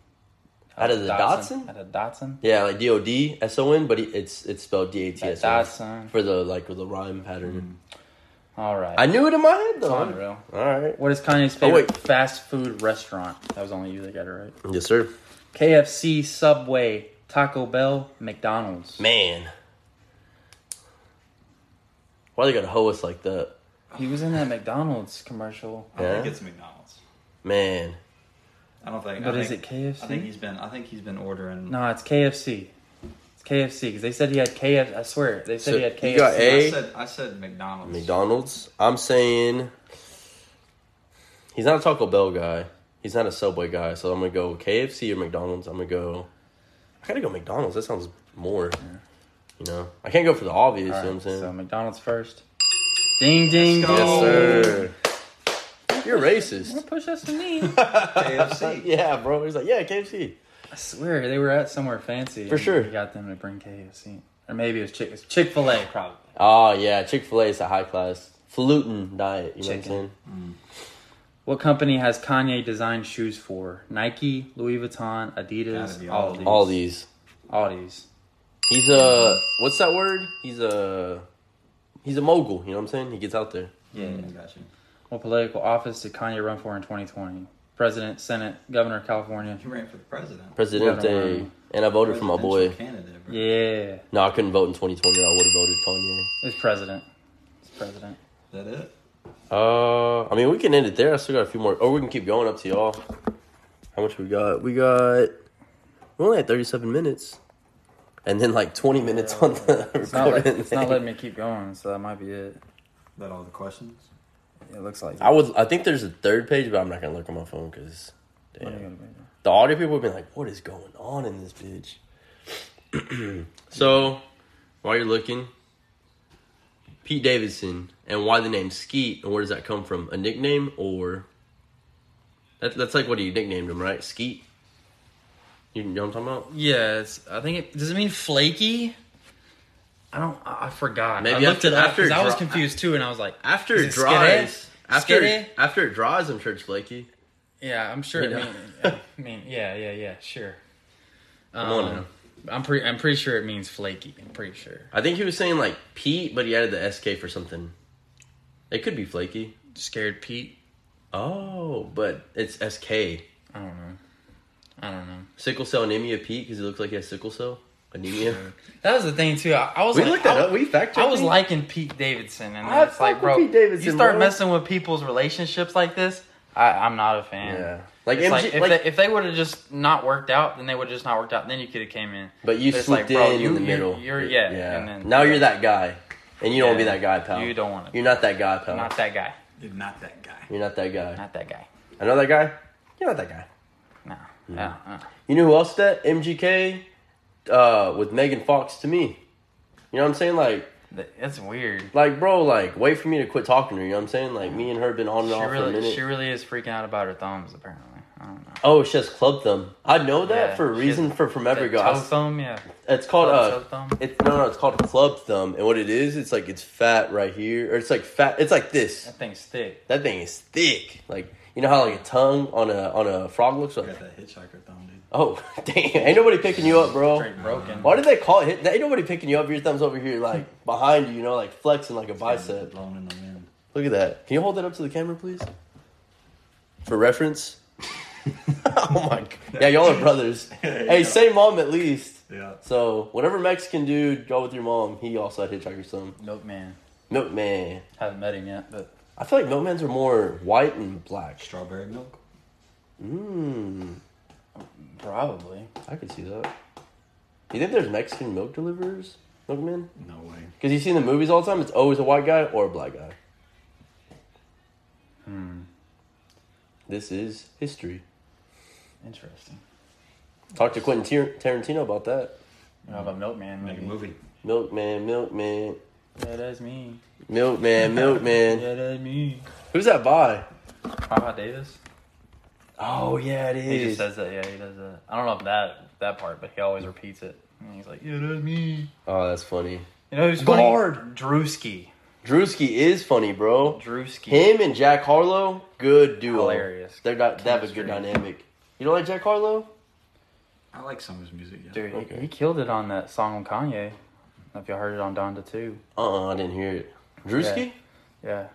Speaker 1: Out of the Datsun?
Speaker 5: Out of Datsun?
Speaker 1: Yeah, like D O D S O N, but it- it's it's spelled D A T S O N
Speaker 5: Datsun.
Speaker 1: for the like with the rhyme pattern.
Speaker 5: All right.
Speaker 1: I knew it in my head though.
Speaker 5: Mm. It's unreal.
Speaker 1: All right.
Speaker 5: What is Kanye's favorite
Speaker 1: wait.
Speaker 5: fast food restaurant? That was only you that got it right.
Speaker 1: Yes, sir.
Speaker 5: KFC, Subway, Taco Bell, McDonald's.
Speaker 1: Man, why they gotta hoe us like that?
Speaker 5: He was in that McDonald's commercial.
Speaker 4: I think
Speaker 1: Yeah?
Speaker 4: it's McDonald's.
Speaker 1: Man,
Speaker 4: I don't think.
Speaker 5: But
Speaker 4: I
Speaker 5: is
Speaker 4: think,
Speaker 5: it KFC?
Speaker 4: I think he's been. I think he's been ordering.
Speaker 5: No, it's KFC. It's KFC because they said he had KFC. I swear they said
Speaker 1: So
Speaker 5: he had KFC.
Speaker 1: you got A-
Speaker 4: I said. I said McDonald's.
Speaker 1: McDonald's. I'm saying he's not a Taco Bell guy. He's not a Subway guy. So I'm gonna go KFC or McDonald's. I'm gonna go. I gotta go McDonald's. That sounds more. You know, I can't go for the obvious.
Speaker 5: All
Speaker 1: you know what I'm saying?
Speaker 5: right, so McDonald's first. Ding ding
Speaker 4: Let's
Speaker 5: ding.
Speaker 4: go.
Speaker 1: Yes, sir. You're racist.
Speaker 5: Push us to me.
Speaker 4: KFC.
Speaker 1: Yeah, bro. He's like, yeah, KFC.
Speaker 5: I swear they were at somewhere fancy.
Speaker 1: For
Speaker 5: and
Speaker 1: sure.
Speaker 5: We got them to bring KFC, or maybe it was Chick Chick Fil A probably.
Speaker 1: Oh yeah, Chick Fil A is a high class falutin diet. You
Speaker 5: Chicken.
Speaker 1: know what I'm saying?
Speaker 5: What company has Kanye designed shoes for? Nike, Louis Vuitton,
Speaker 4: Gotta
Speaker 5: Adidas,
Speaker 4: be
Speaker 5: Aldi.
Speaker 1: All these.
Speaker 5: Aldi's.
Speaker 1: He's a what's that word? He's a he's a mogul. You know what I'm saying? He gets out there.
Speaker 4: Yeah, yeah, gotcha.
Speaker 5: What political office did Kanye run for in 2020? President, Senate, Governor of California.
Speaker 4: He ran for the president.
Speaker 1: Presidente,
Speaker 5: Governor.
Speaker 1: and I voted for my boy.
Speaker 4: Presidential Candidate, bro.
Speaker 5: Yeah,
Speaker 1: No, I couldn't vote in 2020. I would have voted Kanye.
Speaker 5: it's president. It's president.
Speaker 4: Is that it?
Speaker 1: Uh, I mean, we can end it there. I still got a few more, or we can keep going up to y'all. How much we got? We got we only had 37 minutes, and then like 20 minutes on the
Speaker 5: It's not, let-
Speaker 1: recording.
Speaker 5: it's not
Speaker 1: thing.
Speaker 5: letting me keep going, so that might be it.
Speaker 4: That all the questions?
Speaker 5: It looks like.
Speaker 1: I would. I think there's a third page, but I'm not gonna look on my phone because damn, the audio people have been like, "What is going on in this bitch?" so, while you're looking, Pete Davidson and why the name Skeet and where does that come from? A nickname or that, that's like what you nicknamed him, right? Skeet. You know what I'm talking about?
Speaker 5: Yeah, it's, I think it does. It mean flaky. I don't. I, I forgot.
Speaker 1: Maybe
Speaker 5: I looked
Speaker 1: after-
Speaker 5: it up
Speaker 1: after
Speaker 5: 'cause I was
Speaker 1: dra-
Speaker 5: confused too, and I was like,
Speaker 1: After
Speaker 5: Is
Speaker 1: it
Speaker 5: it
Speaker 1: dries,
Speaker 5: Skitty?
Speaker 1: after
Speaker 5: Skitty?
Speaker 1: after it dries, I'm sure it's flaky.
Speaker 5: yeah, I'm sure.
Speaker 1: You know.
Speaker 5: It mean, I mean, yeah, yeah, yeah, sure. Um,
Speaker 1: on now.
Speaker 5: I'm pretty. I'm pretty sure it means flaky. I'm pretty sure.
Speaker 1: I think he was saying like Pete, but he added the SK for something. It could be flaky.
Speaker 5: Scared Pete.
Speaker 1: Oh, but it's SK.
Speaker 5: I don't know. I don't know.
Speaker 1: Sickle cell anemia Pete because he looks like he has sickle cell anemia.
Speaker 5: That was the thing too. I, I was.
Speaker 1: We
Speaker 5: like,
Speaker 1: looked that
Speaker 5: I-
Speaker 1: up. We fact checked
Speaker 5: I was
Speaker 1: it.
Speaker 5: liking Pete Davidson, and
Speaker 1: I
Speaker 5: then it's like,
Speaker 1: fuck with
Speaker 5: bro,
Speaker 1: Pete Davidson,
Speaker 5: you start
Speaker 1: bro.
Speaker 5: messing with people's relationships like this. I, I'm not a fan.
Speaker 1: Yeah. Like,
Speaker 5: It's
Speaker 1: MG
Speaker 5: like, if
Speaker 1: like-
Speaker 5: they, if they would have just not worked out, then they would have just not worked out. Then you could have came in.
Speaker 1: but you
Speaker 5: But it's
Speaker 1: slipped
Speaker 5: like, bro,
Speaker 1: in
Speaker 5: you-
Speaker 1: in the
Speaker 5: you-
Speaker 1: middle.
Speaker 5: you're- yeah, and then-
Speaker 1: now you're that guy, and you don't want to be
Speaker 5: Yeah.
Speaker 1: that guy, pal.
Speaker 5: You don't wanna be.
Speaker 1: You're not that guy, pal.
Speaker 5: Not that guy.
Speaker 4: Dude, not that guy.
Speaker 1: you're not that guy.
Speaker 5: Not that guy.
Speaker 1: I know that guy. You're not that guy.
Speaker 5: No. Yeah. uh.
Speaker 1: You know who else did that? MGK uh, with Megan Fox to me. You know what I'm saying? Like,
Speaker 5: Th- That's weird.
Speaker 1: like, bro, like, wait for me to quit talking to her. You know what I'm saying? Like, me and her been on and
Speaker 5: She
Speaker 1: off for a
Speaker 5: really,
Speaker 1: minute.
Speaker 5: she really is freaking out about her thumbs. Apparently, I don't know.
Speaker 1: oh, she has club thumb. I know that
Speaker 5: Yeah,
Speaker 1: for a
Speaker 5: she
Speaker 1: reason
Speaker 5: has
Speaker 1: for from ever
Speaker 5: That
Speaker 1: ago. I
Speaker 5: Toe
Speaker 1: s-
Speaker 5: thumb. Yeah.
Speaker 1: It's called uh,
Speaker 5: Club toe thumb?
Speaker 1: It's no, no. It's called club thumb, and what it is, it's like it's fat right here, or it's like fat. It's like this.
Speaker 5: That thing's thick.
Speaker 1: That thing is thick. Like you know how like a tongue on a on a frog looks like.
Speaker 4: Got that hitchhiker thumb, dude.
Speaker 1: Oh damn! Ain't nobody picking you up, bro.
Speaker 5: Straight broken.
Speaker 1: Why did they call it? Ain't nobody picking you up. Your thumb's over here, like behind you. You know, like flexing like a bicep.
Speaker 4: Blown in the wind.
Speaker 1: Look at that. Can you hold that up to the camera, please? For reference. oh my god. Yeah, y'all are brothers. Hey, same mom at least.
Speaker 4: Yeah.
Speaker 1: So whatever Mexican dude go with your mom, he also had hitchhiker's thumb.
Speaker 5: Milkman.
Speaker 1: Milkman.
Speaker 5: Haven't met him yet, but
Speaker 1: I feel like milkmans are more white and black.
Speaker 4: Strawberry milk.
Speaker 1: Mmm.
Speaker 5: probably.
Speaker 1: I could see that. Do you think there's Mexican milk deliverers? Milkmen?
Speaker 4: No way.
Speaker 1: Because you see in the movies all the time, it's always a white guy or a black guy. Hmm. This is history.
Speaker 5: Interesting.
Speaker 1: Talk to Quentin Tar- Tarantino about that.
Speaker 5: You know, about milkman.
Speaker 4: Make a
Speaker 5: maybe.
Speaker 4: movie.
Speaker 1: Milkman, milkman,
Speaker 5: Yeah, that's me.
Speaker 1: milkman, milkman.
Speaker 5: Yeah, that's me.
Speaker 1: Who's that by?
Speaker 5: Papa Davis.
Speaker 1: Oh yeah, it
Speaker 5: He
Speaker 1: is.
Speaker 5: just says that. Yeah, he does that. I don't know if that that part, but he always repeats it. And he's like, "Yeah, that's me."
Speaker 1: Oh, that's funny.
Speaker 5: You know who's
Speaker 1: Guard.
Speaker 5: funny? Drewski.
Speaker 1: Drewski is funny, bro.
Speaker 5: Drewski.
Speaker 1: Him and Jack Harlow, good duo.
Speaker 5: Hilarious.
Speaker 1: They're not, they have a good
Speaker 5: Chemistry.
Speaker 1: dynamic. You don't like Jack Harlow?
Speaker 4: I like some of his music. Yeah.
Speaker 5: Dude, he-
Speaker 1: Okay.
Speaker 5: he, killed it on that song on Kanye. I don't know if y'all heard it on Donda too.
Speaker 1: Uh, uh I didn't hear it. Drewski?
Speaker 5: Yeah. Yeah,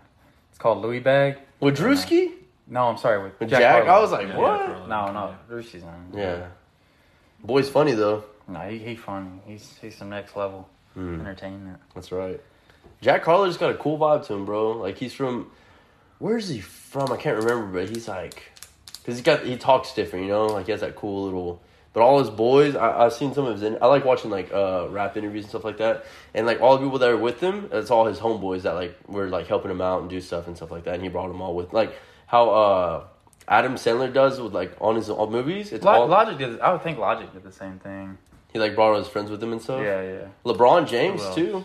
Speaker 5: it's called Louis Bag.
Speaker 1: With Drewski?
Speaker 5: No, I'm sorry, with
Speaker 1: With
Speaker 5: Jack.
Speaker 1: Jack?
Speaker 5: Harlow.
Speaker 1: I was like,
Speaker 4: Yeah,
Speaker 1: what?
Speaker 4: Jack Harlow.
Speaker 5: no, no, Drewski's on. it.
Speaker 1: Yeah. Boy's funny though.
Speaker 5: no, he he funny. He's he's some next level
Speaker 1: Hmm.
Speaker 5: entertainment.
Speaker 1: That's right. Jack Harlow's got a cool vibe to him, bro. Like he's from where's he from? I can't remember, but he's like because he got he talks different, you know. Like he has that cool little. But all his boys, I, I've seen some of his. In, I like watching like uh, rap interviews and stuff like that. And like all the people that are with him, it's all his homeboys that like were like helping him out and do stuff and stuff like that. And he brought them all with like how uh Adam Sandler does with like on his own movies. It's
Speaker 5: Lo-
Speaker 1: all
Speaker 5: Logic did. I would think Logic did the same thing.
Speaker 1: he like brought all his friends with him and stuff.
Speaker 5: Yeah, yeah.
Speaker 1: LeBron James
Speaker 5: Who else?
Speaker 1: too.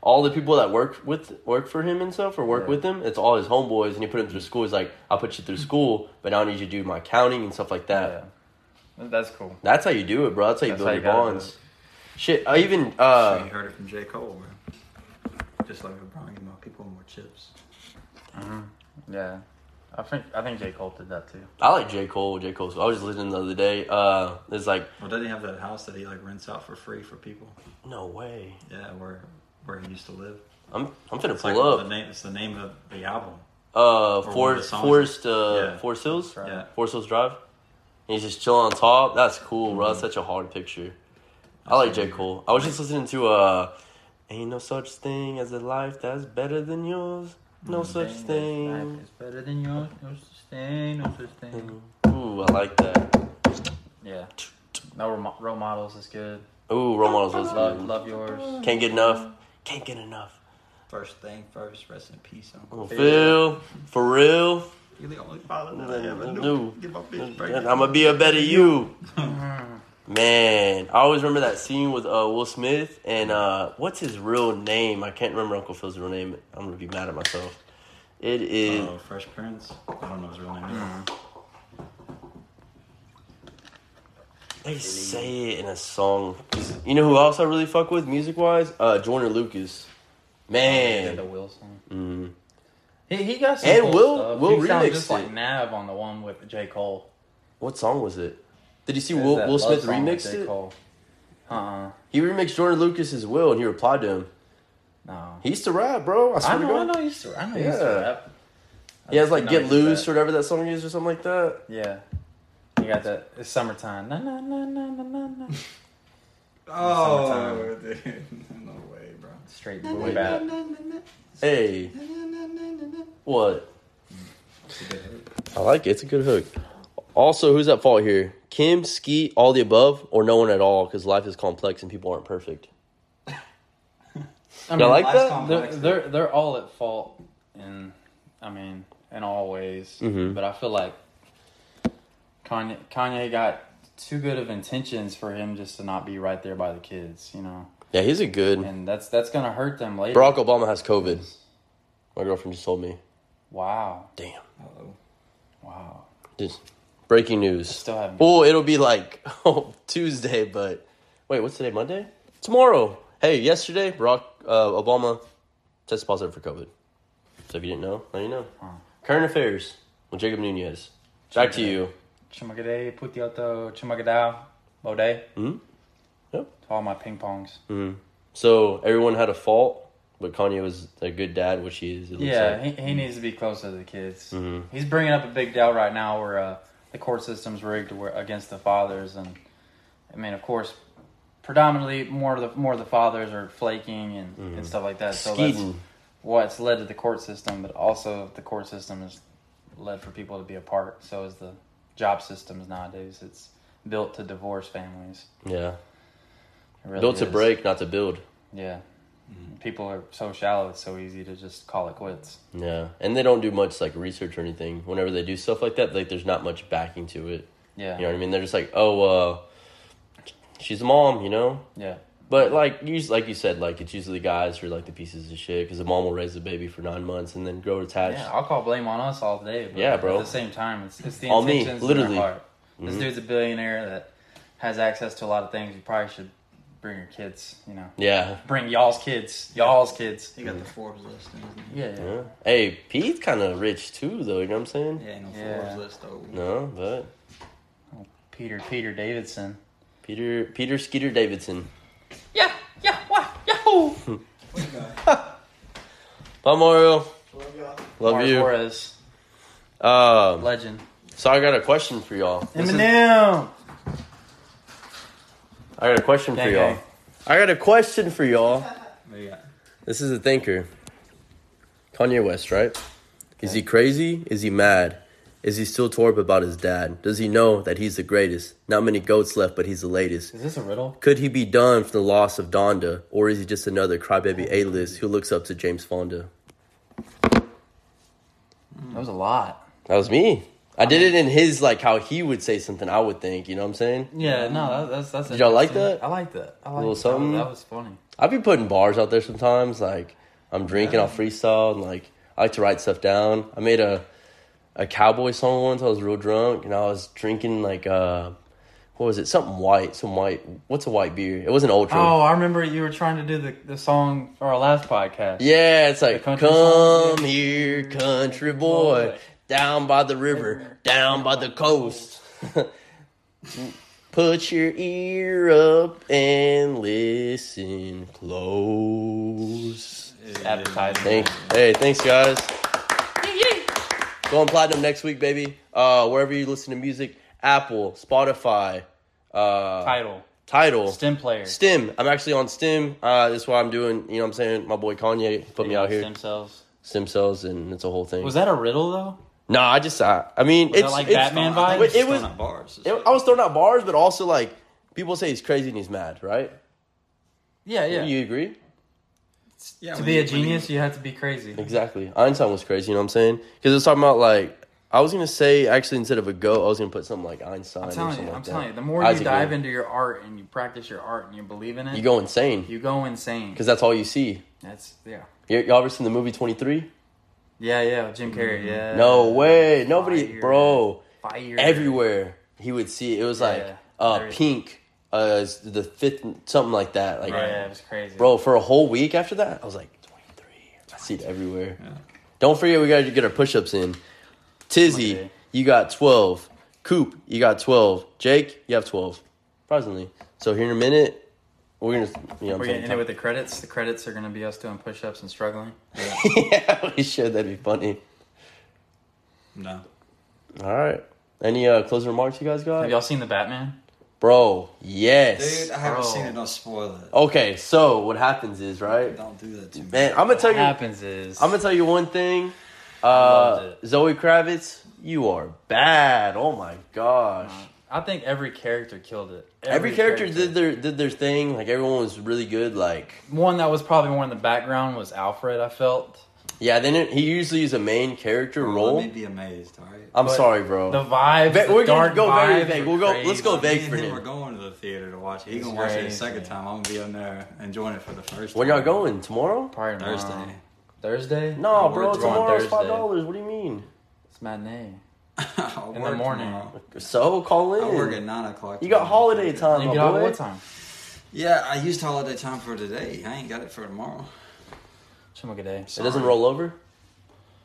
Speaker 1: All the people that work with work for him and stuff or work
Speaker 5: Yeah.
Speaker 1: with him, it's all his homeboys and he put him through school. He's like, I'll put you through school, but now I need you to do my accounting and stuff like that.
Speaker 5: Yeah, that's cool.
Speaker 1: That's how you do it, bro. That's how you
Speaker 5: That's
Speaker 1: build
Speaker 5: how you
Speaker 1: your
Speaker 5: gotta do
Speaker 1: bonds. Shit, I even uh
Speaker 4: So you heard it from J. Cole, bro. Just like LeBron, you know, people want more chips.
Speaker 5: Yeah, I think I think J Cole did that too.
Speaker 1: I like J. Cole, J. Cole. I was just listening the other day. Uh it's like,
Speaker 4: Well, doesn't he have that house that he like rents out for free for people?
Speaker 1: no way.
Speaker 4: Yeah, where where he used to live.
Speaker 1: I'm I'm finna
Speaker 4: It's like
Speaker 1: pull
Speaker 4: the
Speaker 1: up.
Speaker 4: name. It's the name of the album.
Speaker 1: Uh
Speaker 4: one of the
Speaker 1: Forest
Speaker 4: songs.
Speaker 1: Forest uh
Speaker 4: Yeah.
Speaker 1: Forest Hills?
Speaker 5: right.
Speaker 4: Yeah.
Speaker 1: Forest Hills Drive. And he's just chilling on top. That's cool, bro.
Speaker 4: Mm-hmm.
Speaker 1: That's such a hard picture. I like J. Cole. I was just listening to uh Ain't no such thing as a life that's better than yours. No
Speaker 4: Mm-hmm.
Speaker 1: such thing. Mm-hmm.
Speaker 5: It's better than yours. No such thing. No such thing.
Speaker 1: Ooh, I like that.
Speaker 5: Yeah. No role, mo- role models is good.
Speaker 1: Ooh, role models was
Speaker 5: Love,
Speaker 1: good.
Speaker 5: love yours.
Speaker 1: Can't get enough. Can't get enough.
Speaker 4: First thing first, rest in peace.
Speaker 1: Well,
Speaker 4: Uncle Phil.
Speaker 1: Oh, Phil, Mm, for real.
Speaker 4: You're the only father that I ever
Speaker 1: No.
Speaker 4: knew. Give my bitch a break.
Speaker 1: Mm, And I'ma be a better you. Man, I always remember that scene with uh, Will Smith and uh, what's his real name? I can't remember Uncle Phil's real name. I'm gonna be mad at myself. It is
Speaker 4: Oh, Fresh Prince. I don't know his real name.
Speaker 5: Mm-hmm.
Speaker 1: Mm. They say it in a song. You know who else I really fuck with music wise? Uh, Joyner Lucas.
Speaker 5: the
Speaker 1: Man,
Speaker 5: Will song.
Speaker 1: mm.
Speaker 5: He, he got some
Speaker 1: And
Speaker 5: cool
Speaker 1: Will-
Speaker 5: stuff.
Speaker 1: Will
Speaker 5: he sounds
Speaker 1: remixed
Speaker 5: just like
Speaker 1: it.
Speaker 5: Nav on the one with J Cole.
Speaker 1: what song was it? Did you see
Speaker 5: There's
Speaker 1: Will,
Speaker 5: that
Speaker 1: Will
Speaker 5: love
Speaker 1: Smith
Speaker 5: song with
Speaker 1: remixed
Speaker 5: J.
Speaker 1: it?
Speaker 5: Cole. Uh-uh.
Speaker 1: He remixed Jordan Lucas's Will, and he replied to him.
Speaker 5: No.
Speaker 1: He used to rap, bro. I swear
Speaker 5: I know, I
Speaker 1: to
Speaker 5: know
Speaker 1: God.
Speaker 5: he used to, I know he used to
Speaker 1: Yeah.
Speaker 5: rap. I
Speaker 1: He has
Speaker 5: just
Speaker 1: like
Speaker 5: didn't know
Speaker 1: "Get
Speaker 5: he did
Speaker 1: Loose"
Speaker 5: that.
Speaker 1: or whatever that song is, or something like that.
Speaker 5: Yeah. You got that. It's summertime. Na, na, na, na, na, na, na.
Speaker 4: Oh, dude. No way, bro.
Speaker 5: Straight boy bap.
Speaker 1: Hey, what?
Speaker 4: It's a good hit.
Speaker 1: I like it. It's a good hook. Also, who's at fault here? Kim, Ski, all the above, or no one at all? Because life is complex and people aren't perfect.
Speaker 5: I
Speaker 1: Y'all like
Speaker 4: last
Speaker 1: that?
Speaker 4: time-
Speaker 5: they're, they're they're all at fault in I mean in all ways.
Speaker 1: Mhm.
Speaker 5: But I feel like Kanye Kanye got too good of intentions for him just to not be right there by the kids, you know.
Speaker 1: Yeah, he's a good.
Speaker 5: And that's that's gonna hurt them later.
Speaker 1: Barack Obama has COVID. My girlfriend just told me.
Speaker 5: Wow,
Speaker 1: Damn.
Speaker 4: Uh-oh.
Speaker 5: wow.
Speaker 1: Just breaking news.
Speaker 5: Still haven't.
Speaker 1: Well, it'll be like oh, Tuesday, but wait, what's today? Monday? Tomorrow. Hey, yesterday, Barack uh, Obama tested positive for COVID. So if you didn't know, now you know. Current affairs with Jacob Nunez. Back to you.
Speaker 5: Chumagade, Putioto, Chumagadao, Bode.
Speaker 1: Mhm. Yep.
Speaker 5: To all my ping pongs.
Speaker 1: So everyone had a fault, but Kanye was a good dad, which he is. It looks
Speaker 5: Yeah,
Speaker 1: like.
Speaker 5: he, he needs to be close to the kids.
Speaker 1: Mm-hmm.
Speaker 5: He's bringing up a big deal right now where uh, the court system's rigged where, against the fathers, and I mean, of course, predominantly more of the more of the fathers are flaking and, and stuff like that. So
Speaker 1: Mm-hmm. Skeeting.
Speaker 5: that's what's led to the court system, but also the court system is led for people to be apart. So is the job systems nowadays. It's built to divorce families.
Speaker 1: yeah.
Speaker 5: It really
Speaker 1: Built to
Speaker 5: is.
Speaker 1: break, not to build.
Speaker 5: Yeah. People are so shallow. It's so easy to just call it quits.
Speaker 1: Yeah, and they don't do much like research or anything. Whenever they do stuff like that, like there's not much backing to it.
Speaker 5: Yeah.
Speaker 1: You know what I mean? They're just like, oh, uh, she's a mom, you know.
Speaker 5: Yeah.
Speaker 1: But like you, like you said, like it's usually guys who are like the pieces of shit because the mom will raise the baby for nine months and then grow attached.
Speaker 5: Yeah, I'll call blame on us all day. But
Speaker 1: Yeah, bro.
Speaker 5: At the same time, it's, it's the
Speaker 1: On me,
Speaker 5: intentions in
Speaker 1: literally. Mm-hmm.
Speaker 5: their heart. This dude's a billionaire that has access to a lot of things. You probably should bring your kids. You know,
Speaker 1: Yeah.
Speaker 5: bring y'all's kids, y'all's kids.
Speaker 4: He got the Forbes list. doesn't he?
Speaker 5: Yeah, yeah.
Speaker 1: yeah. Hey, Pete's kind of rich too, though. You know what I'm saying?
Speaker 4: Yeah, ain't no
Speaker 5: Yeah.
Speaker 4: Forbes list though.
Speaker 1: No, but
Speaker 5: Peter Peter Davidson.
Speaker 1: Peter Peter Skeeter Davidson.
Speaker 5: Yeah, yeah, what? Yahoo!
Speaker 1: Bye, Mario. Love
Speaker 5: Mario
Speaker 1: you.
Speaker 5: Flores,
Speaker 1: Um,
Speaker 5: legend.
Speaker 1: so I got a question for y'all.
Speaker 5: This is- Eminem!
Speaker 1: I got a question for
Speaker 5: Gang,
Speaker 1: y'all.
Speaker 5: gang.
Speaker 1: I got a question for y'all.
Speaker 4: What do you got?
Speaker 1: This is a thinker. Kanye West, right? Is he crazy? Is he mad? Is he still tore up about his dad? Does he know that he's the greatest? Not many goats left, but he's the latest.
Speaker 5: Is this a riddle?
Speaker 1: Could he be done from the loss of Donda, or is he just another crybaby A-list who looks up to James Fonda?
Speaker 5: That was a lot.
Speaker 1: That was me. I did it in his like how he would say something. I would think, you know what I'm saying?
Speaker 5: Yeah, no, that, that's that's. Did
Speaker 1: y'all like that?
Speaker 5: I like that. I like
Speaker 1: little
Speaker 5: that.
Speaker 1: something?
Speaker 5: That was funny.
Speaker 1: I'd be putting bars out there sometimes. Like I'm drinking, I'll freestyle, and like I like to write stuff down. I made a a cowboy song once. I was real drunk, and I was drinking like uh, what was it? Something white, some white. What's a white beer? It was an ultra.
Speaker 5: Oh, I remember you were trying to do the, the song for our last podcast.
Speaker 1: Yeah, it's like
Speaker 5: country
Speaker 1: come here, country boy, down by the river, down by the coast. Put your ear up and listen close.
Speaker 5: Appetizer.
Speaker 1: Thank, hey, thanks guys. Going platinum next week, baby. Uh, wherever you listen to music, Apple, Spotify, uh,
Speaker 5: Title.
Speaker 1: Tidal,
Speaker 5: Stem player.
Speaker 1: Stem. I'm actually on Stem. Uh, that's why I'm doing. You know, what I'm saying my boy Kanye put me out here.
Speaker 5: Stem cells.
Speaker 1: Stem cells, and it's a whole thing.
Speaker 5: Was that a riddle though?
Speaker 1: no, I just I, I mean,
Speaker 5: Was
Speaker 1: it's
Speaker 5: that like
Speaker 1: it's,
Speaker 5: Batman
Speaker 4: Oh, I
Speaker 5: vibes?
Speaker 4: think
Speaker 1: Wait, it
Speaker 4: it's
Speaker 1: was-
Speaker 4: thrown at bars.
Speaker 1: it- oh. I was throwing out bars, but also like people say he's crazy and he's mad, right?
Speaker 5: yeah, yeah.
Speaker 1: Do you agree?
Speaker 4: Yeah,
Speaker 5: to
Speaker 4: when
Speaker 5: be
Speaker 4: you-
Speaker 5: a
Speaker 4: when
Speaker 5: genius, you have to be crazy.
Speaker 1: Exactly. Einstein was crazy, you know what I'm saying? Because it's talking about like I was gonna say actually instead of a goat, I was gonna put something like Einstein.
Speaker 5: I'm
Speaker 1: or
Speaker 5: telling
Speaker 1: something
Speaker 5: you,
Speaker 1: like
Speaker 5: I'm
Speaker 1: that.
Speaker 5: telling you. The more
Speaker 1: Isaac
Speaker 5: you dive
Speaker 1: Newton.
Speaker 5: into your art and you practice your art and you believe in it,
Speaker 1: you go insane
Speaker 5: you go insane.
Speaker 1: because that's all you see.
Speaker 5: That's yeah,
Speaker 1: Y- Y'all ever seen the movie Twenty Three?
Speaker 5: yeah, yeah. Jim Carrey, yeah.
Speaker 1: Mm, No way. Nobody,
Speaker 5: Fire.
Speaker 1: bro.
Speaker 5: Fire.
Speaker 1: Everywhere he would see it, it was like
Speaker 5: Yeah.
Speaker 1: uh,
Speaker 5: There is-
Speaker 1: pink, uh, is the fifth, something like that. Like,
Speaker 5: Yeah, it was crazy.
Speaker 1: bro, for a whole week after that, I was like Twenty Three. I see it everywhere. Don't forget we gotta get our push-ups in. Tizzy,
Speaker 5: Okay.
Speaker 1: you got twelve. Coop, you got twelve. Jake, you have twelve. Surprisingly. So here in a minute, we're gonna you know what
Speaker 5: We're
Speaker 1: I'm
Speaker 5: gonna end
Speaker 1: saying.
Speaker 5: it with the credits. The credits are gonna be us doing push-ups and struggling.
Speaker 1: yeah, we should. That'd be funny.
Speaker 4: you- No.
Speaker 1: All right. Any uh, closing remarks you guys got?
Speaker 5: Have y'all seen the Batman?
Speaker 1: Bro, yes.
Speaker 4: Dude, I haven't
Speaker 5: Bro.
Speaker 4: seen it. Don't spoil it.
Speaker 1: Okay, so what happens is right,
Speaker 4: Don't do that to me.
Speaker 1: man. I'm gonna tell
Speaker 5: What
Speaker 1: you. I'm
Speaker 5: happens is
Speaker 1: gonna tell you one thing. Uh,
Speaker 5: loved
Speaker 1: Zoe Kravitz, you are bad. Oh my gosh.
Speaker 5: I think every character killed it.
Speaker 1: Every character did their did their thing. Like everyone was really good. Like
Speaker 5: one that was probably more in the background was Alfred. I felt
Speaker 1: yeah. Then it, he usually is a main character
Speaker 4: Bro,
Speaker 1: role.
Speaker 4: Let me be amazed, all right?
Speaker 1: I'm
Speaker 5: but
Speaker 1: sorry, bro.
Speaker 5: the vibes.
Speaker 1: Ve-
Speaker 5: the
Speaker 1: we're gonna
Speaker 5: dark
Speaker 1: go very
Speaker 5: vibes
Speaker 1: vague.
Speaker 5: were
Speaker 1: We'll go-
Speaker 5: crazy.
Speaker 1: let's go vague.
Speaker 4: Me
Speaker 1: for
Speaker 4: and him
Speaker 1: him.
Speaker 4: are going to the theater to watch it. He's
Speaker 5: It's
Speaker 4: gonna watch it a
Speaker 5: crazy.
Speaker 4: second time. I'm gonna be on there enjoying it for the first
Speaker 1: when
Speaker 4: time.
Speaker 1: y'all going Um, tomorrow?
Speaker 5: Probably tomorrow.
Speaker 4: Thursday.
Speaker 5: Thursday?
Speaker 1: No,
Speaker 5: We're
Speaker 1: bro.
Speaker 5: going
Speaker 1: Tomorrow's
Speaker 5: Thursday.
Speaker 1: five dollars. What do you mean?
Speaker 5: It's matinee.
Speaker 4: I'll
Speaker 5: In the
Speaker 4: work
Speaker 5: morning.
Speaker 4: tomorrow.
Speaker 1: So call in.
Speaker 4: I work at nine o'clock.
Speaker 1: you got
Speaker 4: tomorrow.
Speaker 1: holiday time,
Speaker 5: You
Speaker 1: my
Speaker 5: get off
Speaker 1: boy.
Speaker 5: what time?
Speaker 4: Yeah, I used holiday time for today. I ain't got it for tomorrow.
Speaker 5: Shumagaday.
Speaker 1: It doesn't roll over.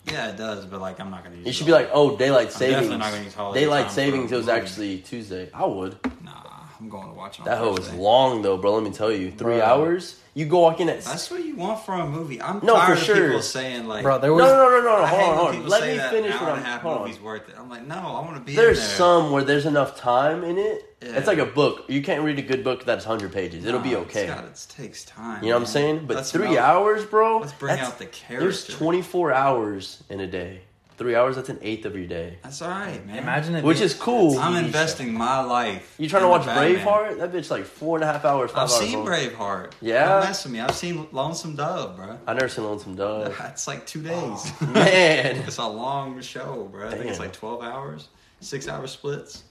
Speaker 4: Yeah, it does, but like I'm not gonna use.
Speaker 1: You
Speaker 4: it
Speaker 1: should be
Speaker 4: all.
Speaker 1: like, oh, daylight savings.
Speaker 4: definitely not gonna use holiday
Speaker 1: daylight
Speaker 4: time
Speaker 1: savings.
Speaker 4: for
Speaker 1: It was
Speaker 4: movie.
Speaker 1: actually Tuesday. I would.
Speaker 4: nah, I'm going to watch it. On
Speaker 1: That hoe was
Speaker 4: Thursday.
Speaker 1: long though, bro. Let me tell you, three
Speaker 5: Bro.
Speaker 1: hours. You go walk in at.
Speaker 4: That's what you want from a movie. I'm
Speaker 1: No,
Speaker 4: tired
Speaker 1: for
Speaker 4: of
Speaker 1: sure.
Speaker 4: people saying like,
Speaker 5: Bro, there
Speaker 1: no,
Speaker 5: was.
Speaker 1: no, no, no, no.
Speaker 4: I
Speaker 1: Hold
Speaker 4: hate
Speaker 1: on,
Speaker 4: when
Speaker 1: hold on.
Speaker 4: people
Speaker 1: Let
Speaker 4: say
Speaker 1: me
Speaker 4: that
Speaker 1: finish
Speaker 4: an hour
Speaker 1: what
Speaker 4: and
Speaker 1: I'm.
Speaker 4: a half
Speaker 1: Hold on.
Speaker 4: movie's worth it. I'm like, no, I want to be.
Speaker 1: There's
Speaker 4: in there.
Speaker 1: some where there's enough time in it. It's
Speaker 4: Yeah.
Speaker 1: like a book. You can't read a good book that's hundred pages. It'll be
Speaker 4: Nah,
Speaker 1: okay.
Speaker 4: It's got, it takes time.
Speaker 1: You know what I'm
Speaker 4: man.
Speaker 1: saying? But
Speaker 4: Let's
Speaker 1: three
Speaker 4: melt-
Speaker 1: hours, bro.
Speaker 4: Let's bring
Speaker 1: that's-
Speaker 4: out the character.
Speaker 1: There's 24 hours in a day. Three hours. That's an eighth of your day,
Speaker 4: That's all right, man.
Speaker 5: Imagine it.
Speaker 1: which
Speaker 5: being-
Speaker 1: is cool.
Speaker 4: I'm investing my life.
Speaker 1: You trying to
Speaker 4: in the
Speaker 1: watch
Speaker 4: Batman.
Speaker 1: Braveheart? That bitch like four and a half hours. Five
Speaker 4: I've
Speaker 1: hours
Speaker 4: seen
Speaker 1: long.
Speaker 4: Braveheart.
Speaker 1: Yeah?
Speaker 4: Don't mess with me. I've seen Lonesome Dove, bro.
Speaker 1: I never seen Lonesome Dove.
Speaker 4: It's like two days.
Speaker 1: Uh, oh, Man,
Speaker 4: it's a long show, bro. I think it's
Speaker 1: Damn.
Speaker 4: like 12 hours, six hour splits.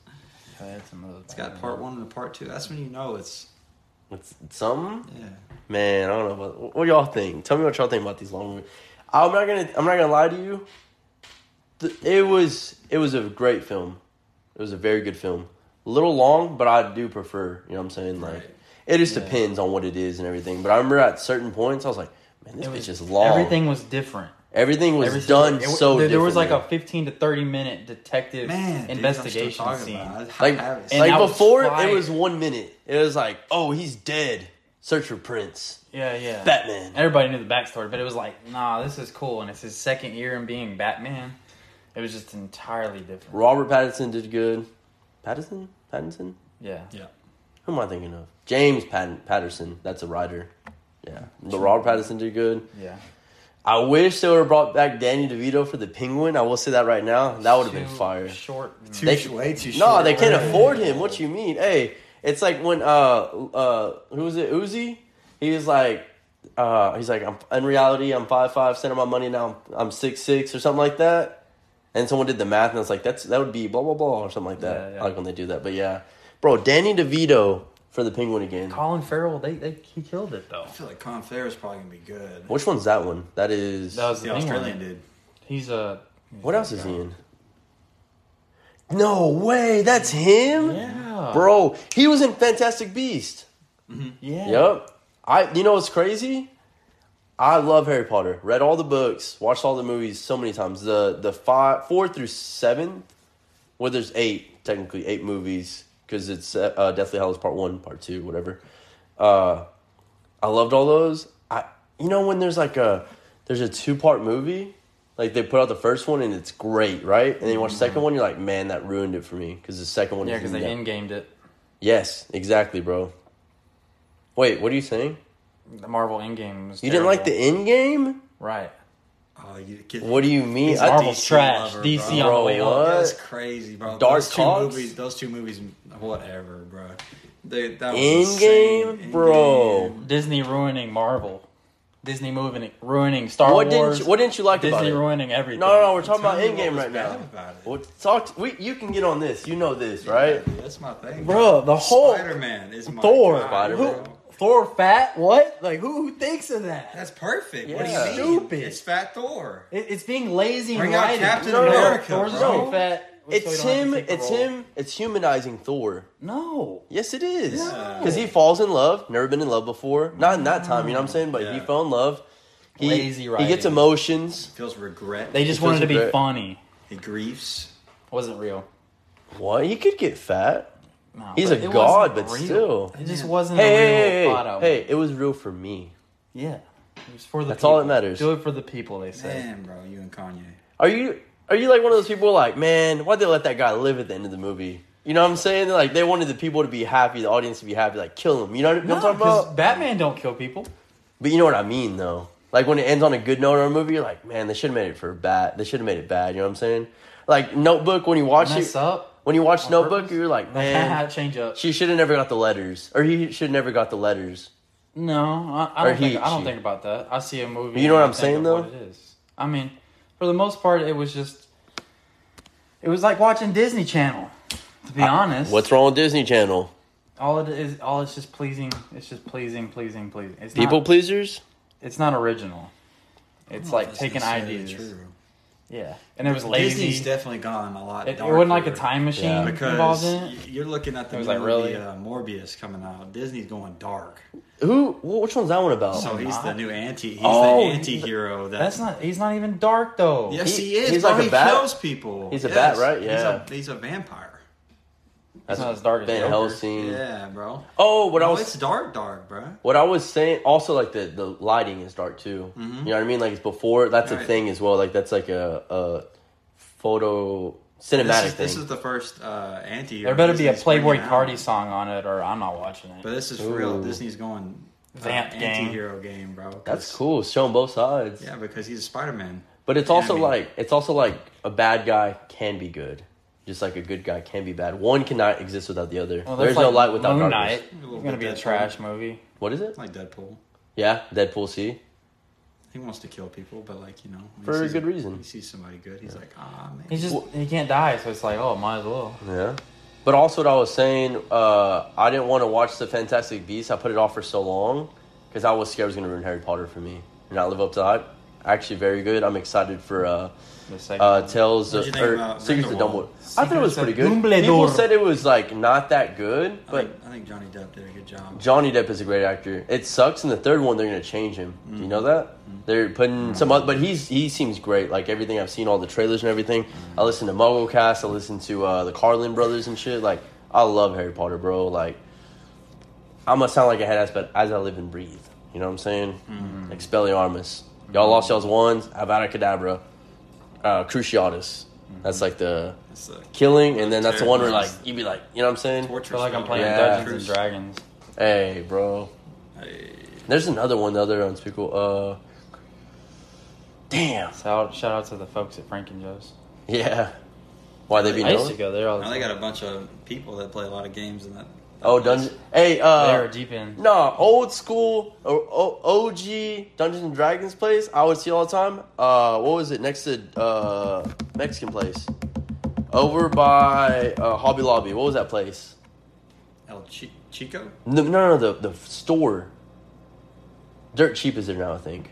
Speaker 5: Yeah, it's a mother-
Speaker 4: It's got part one and a part two. That's when you know it's.
Speaker 1: it's it's something.
Speaker 4: Yeah.
Speaker 1: Man, I don't know. About, what do y'all think? Tell me what y'all think about these long movies. I'm not gonna. I'm not gonna lie to you. Th- It was. It was a great film. It was a very good film. A little long, but I do prefer. You know what I'm saying? Like,
Speaker 4: Right.
Speaker 1: it just depends on what it is and everything. But I remember at certain points, I was like, "Man, this
Speaker 5: It
Speaker 1: bitch
Speaker 5: was-
Speaker 1: is long."
Speaker 5: Everything was different.
Speaker 1: Everything was
Speaker 5: Every single-
Speaker 1: done
Speaker 5: it-
Speaker 1: so
Speaker 5: there, there was like a
Speaker 1: differently.
Speaker 5: 15 to 30 minute detective
Speaker 4: Man, dude, I'm still
Speaker 5: investigation
Speaker 4: talking
Speaker 5: scene.
Speaker 4: about it.
Speaker 1: like,
Speaker 4: I haven't
Speaker 5: and
Speaker 1: like
Speaker 5: I was
Speaker 1: before it
Speaker 5: quiet.
Speaker 1: was one minute. It was like, oh, he's dead. Search for Prince,
Speaker 5: Yeah, yeah.
Speaker 1: Batman.
Speaker 5: Everybody knew the backstory, but it was like, nah, this is cool. And it's his second year in being Batman. It was just entirely different.
Speaker 1: Robert Pattinson did good. Pattinson, Pattinson.
Speaker 5: Yeah.
Speaker 4: Yeah.
Speaker 1: Who am I thinking of? James Pat- Patterson. That's a writer. Yeah, but Robert Pattinson did good.
Speaker 5: Yeah.
Speaker 1: I wish they would have brought back Danny DeVito for the Penguin. I will say that right now. That would have been
Speaker 5: Too
Speaker 1: fire.
Speaker 5: Short.
Speaker 4: Too,
Speaker 1: They-
Speaker 4: sh- way too
Speaker 1: No,
Speaker 4: short.
Speaker 1: they can't afford him. What you mean? Hey, it's like when uh uh who was it? Uzi. He was like, uh, he's like, I'm in reality, I'm five five. Send him my money now. I'm, I'm six six or something like that. And someone did the math and it's like, that's that would be blah blah blah or something like that.
Speaker 5: Yeah, yeah.
Speaker 1: I like when they do that. But yeah, bro, Danny DeVito for the Penguin again.
Speaker 5: Colin Farrell, they, they he killed it though.
Speaker 4: I feel like Con Fair is probably gonna be good.
Speaker 1: Which one's that one? That is.
Speaker 5: That was
Speaker 4: The
Speaker 5: the Penguin.
Speaker 4: Australian dude.
Speaker 5: He's a
Speaker 1: what else is he in? No way, that's him,
Speaker 5: yeah,
Speaker 1: bro. He was in Fantastic Beast.
Speaker 5: Yeah,
Speaker 1: Yep. I you know what's crazy? I love Harry Potter. Read all the books, watched all the movies so many times. The the five four through seven, well, there's eight technically eight movies because it's uh, uh, Deathly Hallows Part One, Part Two, whatever. Uh, I loved all those. I you know when there's like a there's a two part movie. Like they put out the first one and it's great, right? And then you watch the second one, you're like, man, that ruined it for me because the second one.
Speaker 5: Mm-hmm. yeah,
Speaker 1: is
Speaker 5: because they
Speaker 1: ne-
Speaker 5: end gamed it.
Speaker 1: Yes, exactly, bro. Wait, what are you saying?
Speaker 5: The Marvel end game was.
Speaker 1: You didn't like the
Speaker 5: terrible.
Speaker 1: end game?
Speaker 5: right?
Speaker 4: Oh, you kid.
Speaker 1: What do you mean?
Speaker 4: He's
Speaker 1: I-
Speaker 4: Marvel.
Speaker 5: Marvel's trash.
Speaker 4: lover,
Speaker 5: DC
Speaker 4: bro.
Speaker 5: on the way
Speaker 1: Bro,
Speaker 5: up.
Speaker 1: what?
Speaker 4: That's crazy, bro.
Speaker 1: Dark
Speaker 4: those two
Speaker 1: Talks?
Speaker 4: movies. Those two movies. Whatever, bro. They, that was
Speaker 1: Endgame,
Speaker 4: insane.
Speaker 1: bro.
Speaker 4: Endgame.
Speaker 5: Disney ruining Marvel. Disney moving ruining Star
Speaker 1: What didn't
Speaker 5: Wars.
Speaker 1: you, What didn't you like about
Speaker 5: Disney
Speaker 1: it? No,
Speaker 5: ruining everything.
Speaker 1: no, no. We're talking
Speaker 4: Tell
Speaker 1: about
Speaker 4: me
Speaker 1: end game right
Speaker 4: what was bad
Speaker 1: now.
Speaker 4: about it.
Speaker 1: Well, talk. we, you can get on this. You know this, right?
Speaker 4: Yeah, that's my thing,
Speaker 5: bro. The whole
Speaker 4: Spider Man is my
Speaker 5: Thor.
Speaker 4: God,
Speaker 1: Spider-Man.
Speaker 5: Who,
Speaker 4: bro.
Speaker 5: Thor fat? What? Like who? Who thinks of that?
Speaker 4: That's perfect. What do you
Speaker 1: Yeah.
Speaker 4: mean?
Speaker 5: Stupid.
Speaker 4: It's Fat Thor.
Speaker 5: It, it's being lazy and
Speaker 4: Bring out
Speaker 5: writing.
Speaker 4: Captain
Speaker 1: No, no, no.
Speaker 4: America,
Speaker 5: Thor's
Speaker 4: bro.
Speaker 5: being fat. so he
Speaker 1: It's
Speaker 5: don't have to
Speaker 1: him.
Speaker 5: take a
Speaker 1: It's
Speaker 5: role.
Speaker 1: him. It's humanizing Thor.
Speaker 5: No.
Speaker 1: Yes, it is.
Speaker 4: No.
Speaker 1: Because he falls in love. Never been in love before. Not in that time. You know what I'm saying? But he
Speaker 4: Yeah.
Speaker 1: fell in love. He,
Speaker 5: Lazy
Speaker 1: He gets
Speaker 5: writing.
Speaker 1: emotions.
Speaker 4: Feels regret.
Speaker 5: They just
Speaker 1: It
Speaker 5: wanted to be
Speaker 1: doesn't-
Speaker 5: funny.
Speaker 4: he grieves.
Speaker 5: Wasn't real.
Speaker 1: What? He could get fat.
Speaker 5: No,
Speaker 1: He's
Speaker 5: but
Speaker 1: a
Speaker 5: it wasn't
Speaker 1: god, but
Speaker 5: real.
Speaker 1: still.
Speaker 5: It just wasn't
Speaker 1: Hey,
Speaker 5: a real
Speaker 1: hey,
Speaker 5: plot
Speaker 1: hey, hey,
Speaker 5: out.
Speaker 1: hey! It was real for me.
Speaker 5: Yeah. It was for the
Speaker 1: That's all that
Speaker 5: people.
Speaker 1: matters.
Speaker 5: Do it for the people, they say.
Speaker 4: Damn, bro, you and Kanye.
Speaker 1: Are you are you like one of those people like, man, why'd they let that guy live at the end of the movie? You know what I'm saying? Like they wanted the people to be happy, the audience to be happy, like kill him. You know what I'm
Speaker 5: No,
Speaker 1: talking
Speaker 5: 'cause
Speaker 1: about?
Speaker 5: Batman don't kill people.
Speaker 1: But you know what I mean though. Like when it ends on a good note or a movie, you're like, man, they should have made it for bad. They should have made it bad. You know what I'm saying? Like Notebook, when you watch
Speaker 5: Mess
Speaker 1: it,
Speaker 5: up.
Speaker 1: when you watch
Speaker 5: on
Speaker 1: Notebook,
Speaker 5: purpose?
Speaker 1: you're like, man,
Speaker 5: Change up.
Speaker 1: she should have never got the letters, or he should have never got the letters.
Speaker 5: No, I, I
Speaker 1: Or
Speaker 5: don't, think,
Speaker 1: he,
Speaker 5: I don't
Speaker 1: she.
Speaker 5: think about that. I see a movie.
Speaker 1: You know
Speaker 5: and
Speaker 1: what
Speaker 5: I
Speaker 1: I'm
Speaker 5: think
Speaker 1: saying,
Speaker 5: of
Speaker 1: though?
Speaker 5: What it is. I mean, for the most part, it was just. It was like watching Disney Channel. To be honest,
Speaker 1: Uh, What's wrong with Disney Channel?
Speaker 5: all it is, all it's just pleasing. It's just pleasing, pleasing, pleasing. It's
Speaker 1: People
Speaker 5: Not,
Speaker 1: pleasers.
Speaker 5: it's not original. It's like
Speaker 4: That's
Speaker 5: taking
Speaker 4: necessarily
Speaker 5: ideas.
Speaker 4: true.
Speaker 5: Yeah, and it was lazy.
Speaker 4: Disney's definitely gone a lot.
Speaker 5: It, it
Speaker 4: darker
Speaker 5: wasn't like a time machine
Speaker 1: Yeah.
Speaker 5: involved
Speaker 4: because
Speaker 5: in it.
Speaker 4: y- you're looking at the
Speaker 5: It
Speaker 4: movie
Speaker 5: was like, really?
Speaker 4: uh, Morbius coming out. Disney's going dark.
Speaker 1: Who? wh- Which one's that one about?
Speaker 4: So he's
Speaker 5: not.
Speaker 4: the new anti. He's
Speaker 1: Oh,
Speaker 4: the anti-hero. That,
Speaker 5: That's not. He's not even dark though.
Speaker 4: Yes, he,
Speaker 1: He-
Speaker 4: is.
Speaker 1: he's
Speaker 4: bro.
Speaker 1: like a
Speaker 4: he
Speaker 1: bat.
Speaker 4: kills people.
Speaker 1: He's a
Speaker 4: Yes.
Speaker 1: bat, right? Yeah.
Speaker 4: He's a, he's a vampire.
Speaker 1: That's
Speaker 5: not as dark as
Speaker 1: Van
Speaker 5: Joker.
Speaker 1: Helsing.
Speaker 5: Mm.
Speaker 4: Yeah, bro.
Speaker 1: Oh, what I
Speaker 4: No,
Speaker 1: was
Speaker 4: it's dark, dark, bro.
Speaker 1: What I was saying, also like the the lighting is dark too. You know what I mean? Like it's before. That's a
Speaker 4: Mm-hmm. Right.
Speaker 1: thing as well. Like that's like a a photo
Speaker 4: This
Speaker 1: cinematic
Speaker 4: is,
Speaker 1: thing.
Speaker 4: this is the first uh, anti.
Speaker 5: There better be a Playboy Cardi song on it, or I'm not watching
Speaker 4: But
Speaker 5: it.
Speaker 4: this is for real.
Speaker 1: Ooh.
Speaker 4: Disney's going uh,
Speaker 5: Vamp gang.
Speaker 4: anti-hero game, bro. 'cause-
Speaker 1: that's cool. It's showing both sides.
Speaker 4: Yeah, because he's a Spider-Man.
Speaker 1: But it's
Speaker 4: Yeah, I
Speaker 1: also
Speaker 4: mean-
Speaker 1: like it's also like a bad guy can be good, just like a good guy can be bad. One cannot exist without the other.
Speaker 5: Well,
Speaker 1: There's
Speaker 5: like
Speaker 1: no light without
Speaker 5: Moon
Speaker 1: darkness.
Speaker 5: Knight.
Speaker 4: A little
Speaker 5: It's gonna
Speaker 4: bit
Speaker 5: be a
Speaker 4: Deadpool.
Speaker 5: trash movie.
Speaker 1: What is it?
Speaker 4: Like Deadpool.
Speaker 1: Yeah, Deadpool C.
Speaker 4: He wants to kill people, but like you know, when he
Speaker 1: For a
Speaker 4: sees
Speaker 1: good reason.
Speaker 4: He sees somebody good. He's like, ah, man.
Speaker 5: He's just
Speaker 1: Well-
Speaker 5: he can't die, so it's like oh, might as well.
Speaker 1: Yeah. But also, what I was saying, uh, I didn't want to watch the Fantastic Beasts. I put it off for so long because I was scared it was going to ruin Harry Potter for me and not live up to the hype. actually very good. I'm excited for uh,
Speaker 5: The second
Speaker 1: uh, Tales
Speaker 6: What'd you
Speaker 1: of
Speaker 6: think
Speaker 1: or
Speaker 6: about
Speaker 1: Secrets of
Speaker 6: Grindelwald?
Speaker 1: Dumbledore. I thought it was pretty good.
Speaker 6: Dumbledore.
Speaker 1: People said it was like not that good,
Speaker 4: I
Speaker 1: but
Speaker 4: think, I think Johnny Depp did a good job.
Speaker 1: Johnny Depp is a great actor. It sucks in the third one they're gonna change him. Do you know that? They're putting some other, but he's he seems great. Like everything I've seen, all the trailers and everything. I listen to MuggleCast. I listen to uh, the Carlin brothers and shit. Like I love Harry Potter, bro. Like I'm gonna sound like a head ass, but as I live and breathe, you know what I'm saying? Expelliarmus. Y'all lost y'all's ones. Avada Uh, Cruciatus. That's like the
Speaker 4: It's the
Speaker 1: killing, and then that's the one where like
Speaker 4: Terrorists.
Speaker 1: you be like, you know what I'm saying?
Speaker 4: torture.
Speaker 5: feel like I'm
Speaker 4: spell.
Speaker 5: playing
Speaker 1: Yeah.
Speaker 5: Dungeons and Dragons.
Speaker 1: Hey, bro.
Speaker 4: Hey,
Speaker 1: There's another one, the other unspeakable. Uh, damn.
Speaker 5: Shout, shout out to the folks at Frank and Joe's.
Speaker 1: Yeah. Why they be
Speaker 5: I used to
Speaker 1: known?
Speaker 5: go there all the
Speaker 4: now they
Speaker 5: time.
Speaker 4: got a bunch of people that play a lot of games in that.
Speaker 1: Oh, dungeon. Hey, uh,
Speaker 5: They were deep in.
Speaker 1: Nah, old school o- o- OG Dungeons and Dragons place. I would see all the time. Uh, what was it next to uh Mexican place? Over by uh, Hobby Lobby. What was that place?
Speaker 4: El Chi- Chico.
Speaker 1: No, no, no. The the store. Dirt cheap is there now? I think.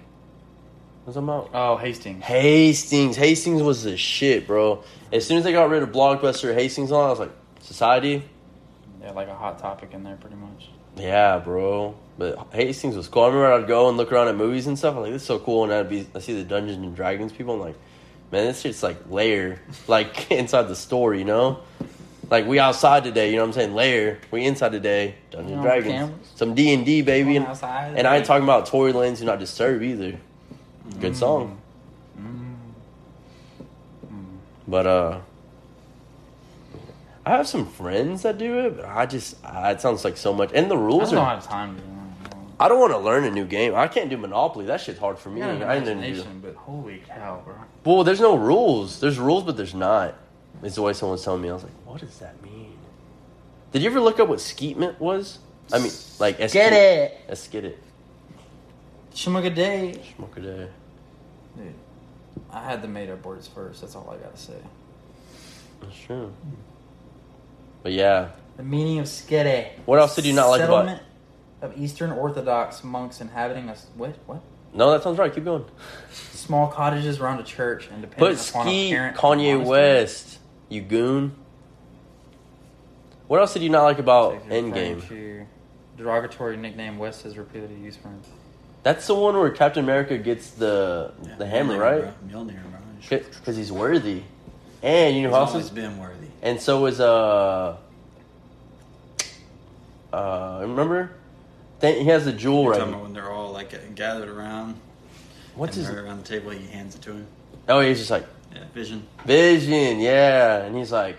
Speaker 1: What's I'm out.
Speaker 5: Oh, Hastings.
Speaker 1: Hastings. Hastings was the shit, bro. As soon as they got rid of Blockbuster Hastings on, I was like, Society?
Speaker 5: Yeah, like a hot topic in there, pretty much.
Speaker 1: Yeah, bro. But Hastings was cool. I remember I'd go and look around at movies and stuff. I'm like, this is so cool. And I'd be, I see the Dungeons and Dragons people. I'm like, man, this shit's like layer, like inside the store, you know? Like we outside today, you know what I'm saying? Layer, we inside today. Dungeons and
Speaker 5: On
Speaker 1: Dragons,
Speaker 5: cameras.
Speaker 1: some D and D, baby.
Speaker 5: Come
Speaker 1: And,
Speaker 5: on outside.
Speaker 1: and I ain't talking about Tory Lanez, Do Not Disturb either. Good song. But uh, I have some friends that do it, but I just I, it sounds like so much. And the
Speaker 5: I
Speaker 1: rules
Speaker 5: just don't
Speaker 1: are
Speaker 5: have time to do that.
Speaker 1: I don't want to learn a new game. I can't do Monopoly. That shit's hard for me.
Speaker 5: You got an
Speaker 1: I didn't do.
Speaker 5: imagination, but holy cow, bro.
Speaker 1: Well, there's no rules. There's rules, but there's not. It's the way someone's telling me. I was like, what does that mean? Did you ever look up what skeet meant was? I mean, like es-
Speaker 5: Get it.
Speaker 1: es- get it.
Speaker 5: Shmugaday.
Speaker 1: Smoke a day.
Speaker 5: Dude, I had the made up words first. That's all I gotta say.
Speaker 1: That's true. But yeah,
Speaker 5: The meaning of skede.
Speaker 1: What else did you not like about it?
Speaker 5: Settlement of Eastern Orthodox monks inhabiting a s- what what
Speaker 1: no, that sounds right. Keep going.
Speaker 5: small cottages around a church and dependent
Speaker 1: Put
Speaker 5: upon
Speaker 1: ski
Speaker 5: a parent
Speaker 1: Kanye
Speaker 5: monastery.
Speaker 1: West. You goon. What else did you not like about
Speaker 5: Executive
Speaker 1: Endgame?
Speaker 5: furniture. Derogatory nickname West has repeatedly used for him.
Speaker 1: That's the one where Captain America gets the
Speaker 4: Yeah,
Speaker 1: the hammer,
Speaker 4: Mjolnir,
Speaker 1: right?
Speaker 4: Bro. Mjolnir, bro. He's
Speaker 1: Because he's worthy. And you know who else
Speaker 4: always
Speaker 1: is?
Speaker 4: been worthy.
Speaker 1: And so is, uh. Uh, remember? Th- he has a jewel
Speaker 4: You're
Speaker 1: right
Speaker 4: talking about
Speaker 1: here.
Speaker 4: when they're all like gathered around,
Speaker 1: What's
Speaker 4: and
Speaker 1: his.
Speaker 4: right around the table, he hands it to him.
Speaker 1: Oh, he's just like,
Speaker 4: Yeah, Vision.
Speaker 1: Vision, yeah. And he's like.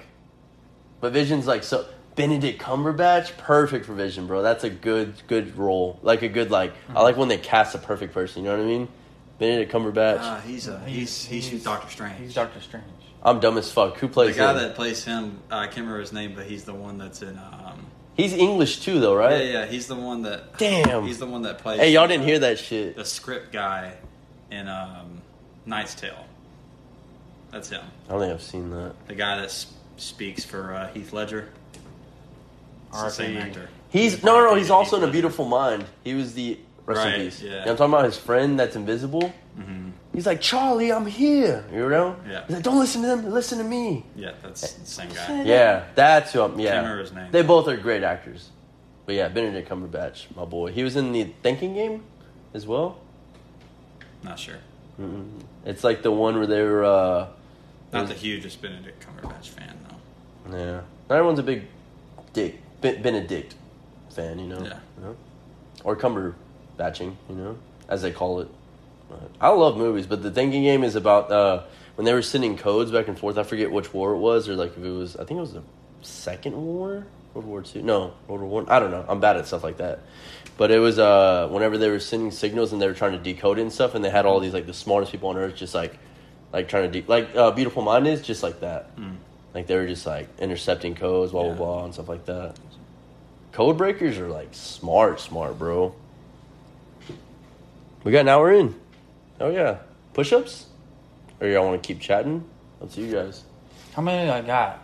Speaker 1: But Vision's like, so. Benedict Cumberbatch, perfect for Vision, bro. That's a good, good role. Like a good, like. I like when they cast a perfect person, you know what I mean? Benedict Cumberbatch.
Speaker 4: Uh, he's a he's he's, Doctor Strange.
Speaker 5: He's Doctor Strange.
Speaker 1: I'm dumb as fuck. Who
Speaker 4: the
Speaker 1: plays
Speaker 4: guy
Speaker 1: him?
Speaker 4: that plays him. I can't remember his name, but he's the one that's in. Um,
Speaker 1: He's English too, though,
Speaker 4: yeah,
Speaker 1: right?
Speaker 4: yeah, he's the one that.
Speaker 1: Damn.
Speaker 4: He's the one that plays.
Speaker 1: Hey, y'all didn't hear that shit.
Speaker 4: The script guy in um, Knight's Tale. That's him.
Speaker 1: I don't think I've seen that.
Speaker 4: The guy that s- speaks for uh, Heath Ledger. It's the
Speaker 5: R.I.P.
Speaker 4: same actor.
Speaker 1: He's no, no, no. He's
Speaker 4: Heath
Speaker 1: also in a
Speaker 4: Ledger.
Speaker 1: beautiful mind. He was the rest
Speaker 4: Right,
Speaker 1: in peace.
Speaker 4: yeah.
Speaker 1: You know what I'm talking about his friend that's invisible.
Speaker 4: Mm-hmm.
Speaker 1: He's like Charlie, I'm here. You know?
Speaker 4: Yeah.
Speaker 1: He's like, don't listen to them. Listen to me.
Speaker 4: Yeah,
Speaker 1: Eh.
Speaker 4: that's the same guy.
Speaker 1: Yeah, that's who. I'm, yeah.
Speaker 4: remember his name.
Speaker 1: They both are great actors. But yeah, Benedict Cumberbatch, my boy. He was in the Thinking Game, as well.
Speaker 4: Not sure.
Speaker 1: It's like the one where they were. Uh,
Speaker 4: Not the hugest Benedict Cumberbatch fan though.
Speaker 1: Yeah. Not everyone's a big dick Ben- Benedict fan, you know.
Speaker 4: Yeah.
Speaker 1: You know? Or cumber batching, you know, as they call it. But I love movies, but the thinking game is about uh, when they were sending codes back and forth. I forget which war it was, or like if it was. I think it was the Second War, World War Two. No, World War One. I. I don't know. I'm bad at stuff like that. But it was uh, whenever they were sending signals and they were trying to decode it and stuff, and they had all these like the smartest people on earth just like, like trying to de- like uh, Beautiful Mind is just like that. Like they were just like intercepting codes, blah blah
Speaker 4: Yeah.
Speaker 1: blah, and stuff like that. Code breakers are like smart, smart, bro. We got an hour in. Oh yeah, push ups, or y'all want to keep chatting? Up to you guys,
Speaker 5: How many I got?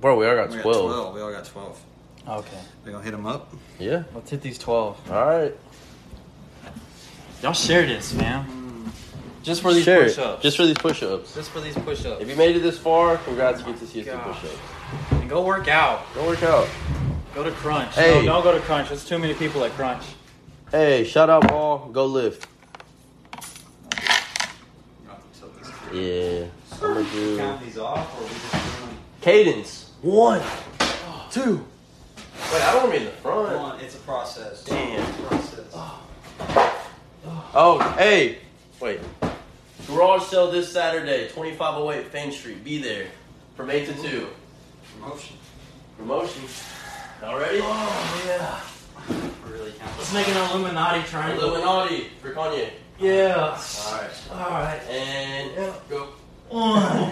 Speaker 1: bro. We all got
Speaker 4: We got
Speaker 1: twelve.
Speaker 4: twelve. We all got twelve.
Speaker 5: Okay,
Speaker 4: We gonna hit him up.
Speaker 1: Yeah.
Speaker 5: let's hit these twelve.
Speaker 1: All right.
Speaker 5: Y'all share this, man.
Speaker 4: Just for these
Speaker 1: Share it.
Speaker 4: push-ups.
Speaker 1: Just for these push-ups.
Speaker 4: Just for these push-ups.
Speaker 1: If you made it this far, congrats. You get to see us do
Speaker 5: God.
Speaker 1: push-ups.
Speaker 4: And go work out.
Speaker 1: Go work out.
Speaker 4: Go to Crunch.
Speaker 1: Hey.
Speaker 4: No, don't go to Crunch. There's too many people at Crunch.
Speaker 1: Hey, shout out ball. Go lift. Yeah. I'm gonna do
Speaker 4: these off, or we just
Speaker 1: cadence. One, two. Wait, I don't want to be in the
Speaker 4: Come
Speaker 1: front.
Speaker 4: on, it's a process.
Speaker 1: Damn.
Speaker 4: Process.
Speaker 1: Oh, hey. Wait. Garage sale this Saturday, 2508 Fane Street. Be there from 8 to 2.
Speaker 4: Promotion.
Speaker 1: Promotion. All ready? Oh, yeah.
Speaker 4: Really counts.
Speaker 6: Let's make an Illuminati triangle.
Speaker 1: Illuminati for Kanye.
Speaker 6: Yeah.
Speaker 1: All right.
Speaker 6: All right.
Speaker 1: And go.
Speaker 6: One,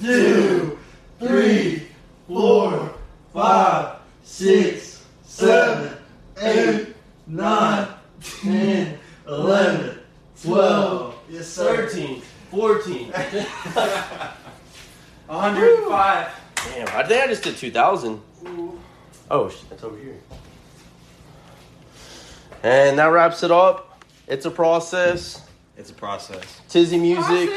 Speaker 6: two, three, four, five, six, seven, eight, nine, ten, eleven, twelve, yes, sir.
Speaker 1: 13, 14.
Speaker 5: 105.
Speaker 1: Damn, I think I just did 2,000. Oh, shit, that's over here. And that wraps it up. It's a process.
Speaker 4: It's a process.
Speaker 1: Tizzy Music,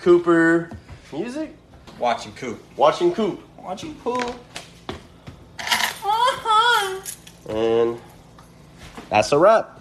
Speaker 1: Cooper Music,
Speaker 4: Watch him coop.
Speaker 1: Watching Coop.
Speaker 4: Watch him pool.
Speaker 1: And that's a wrap.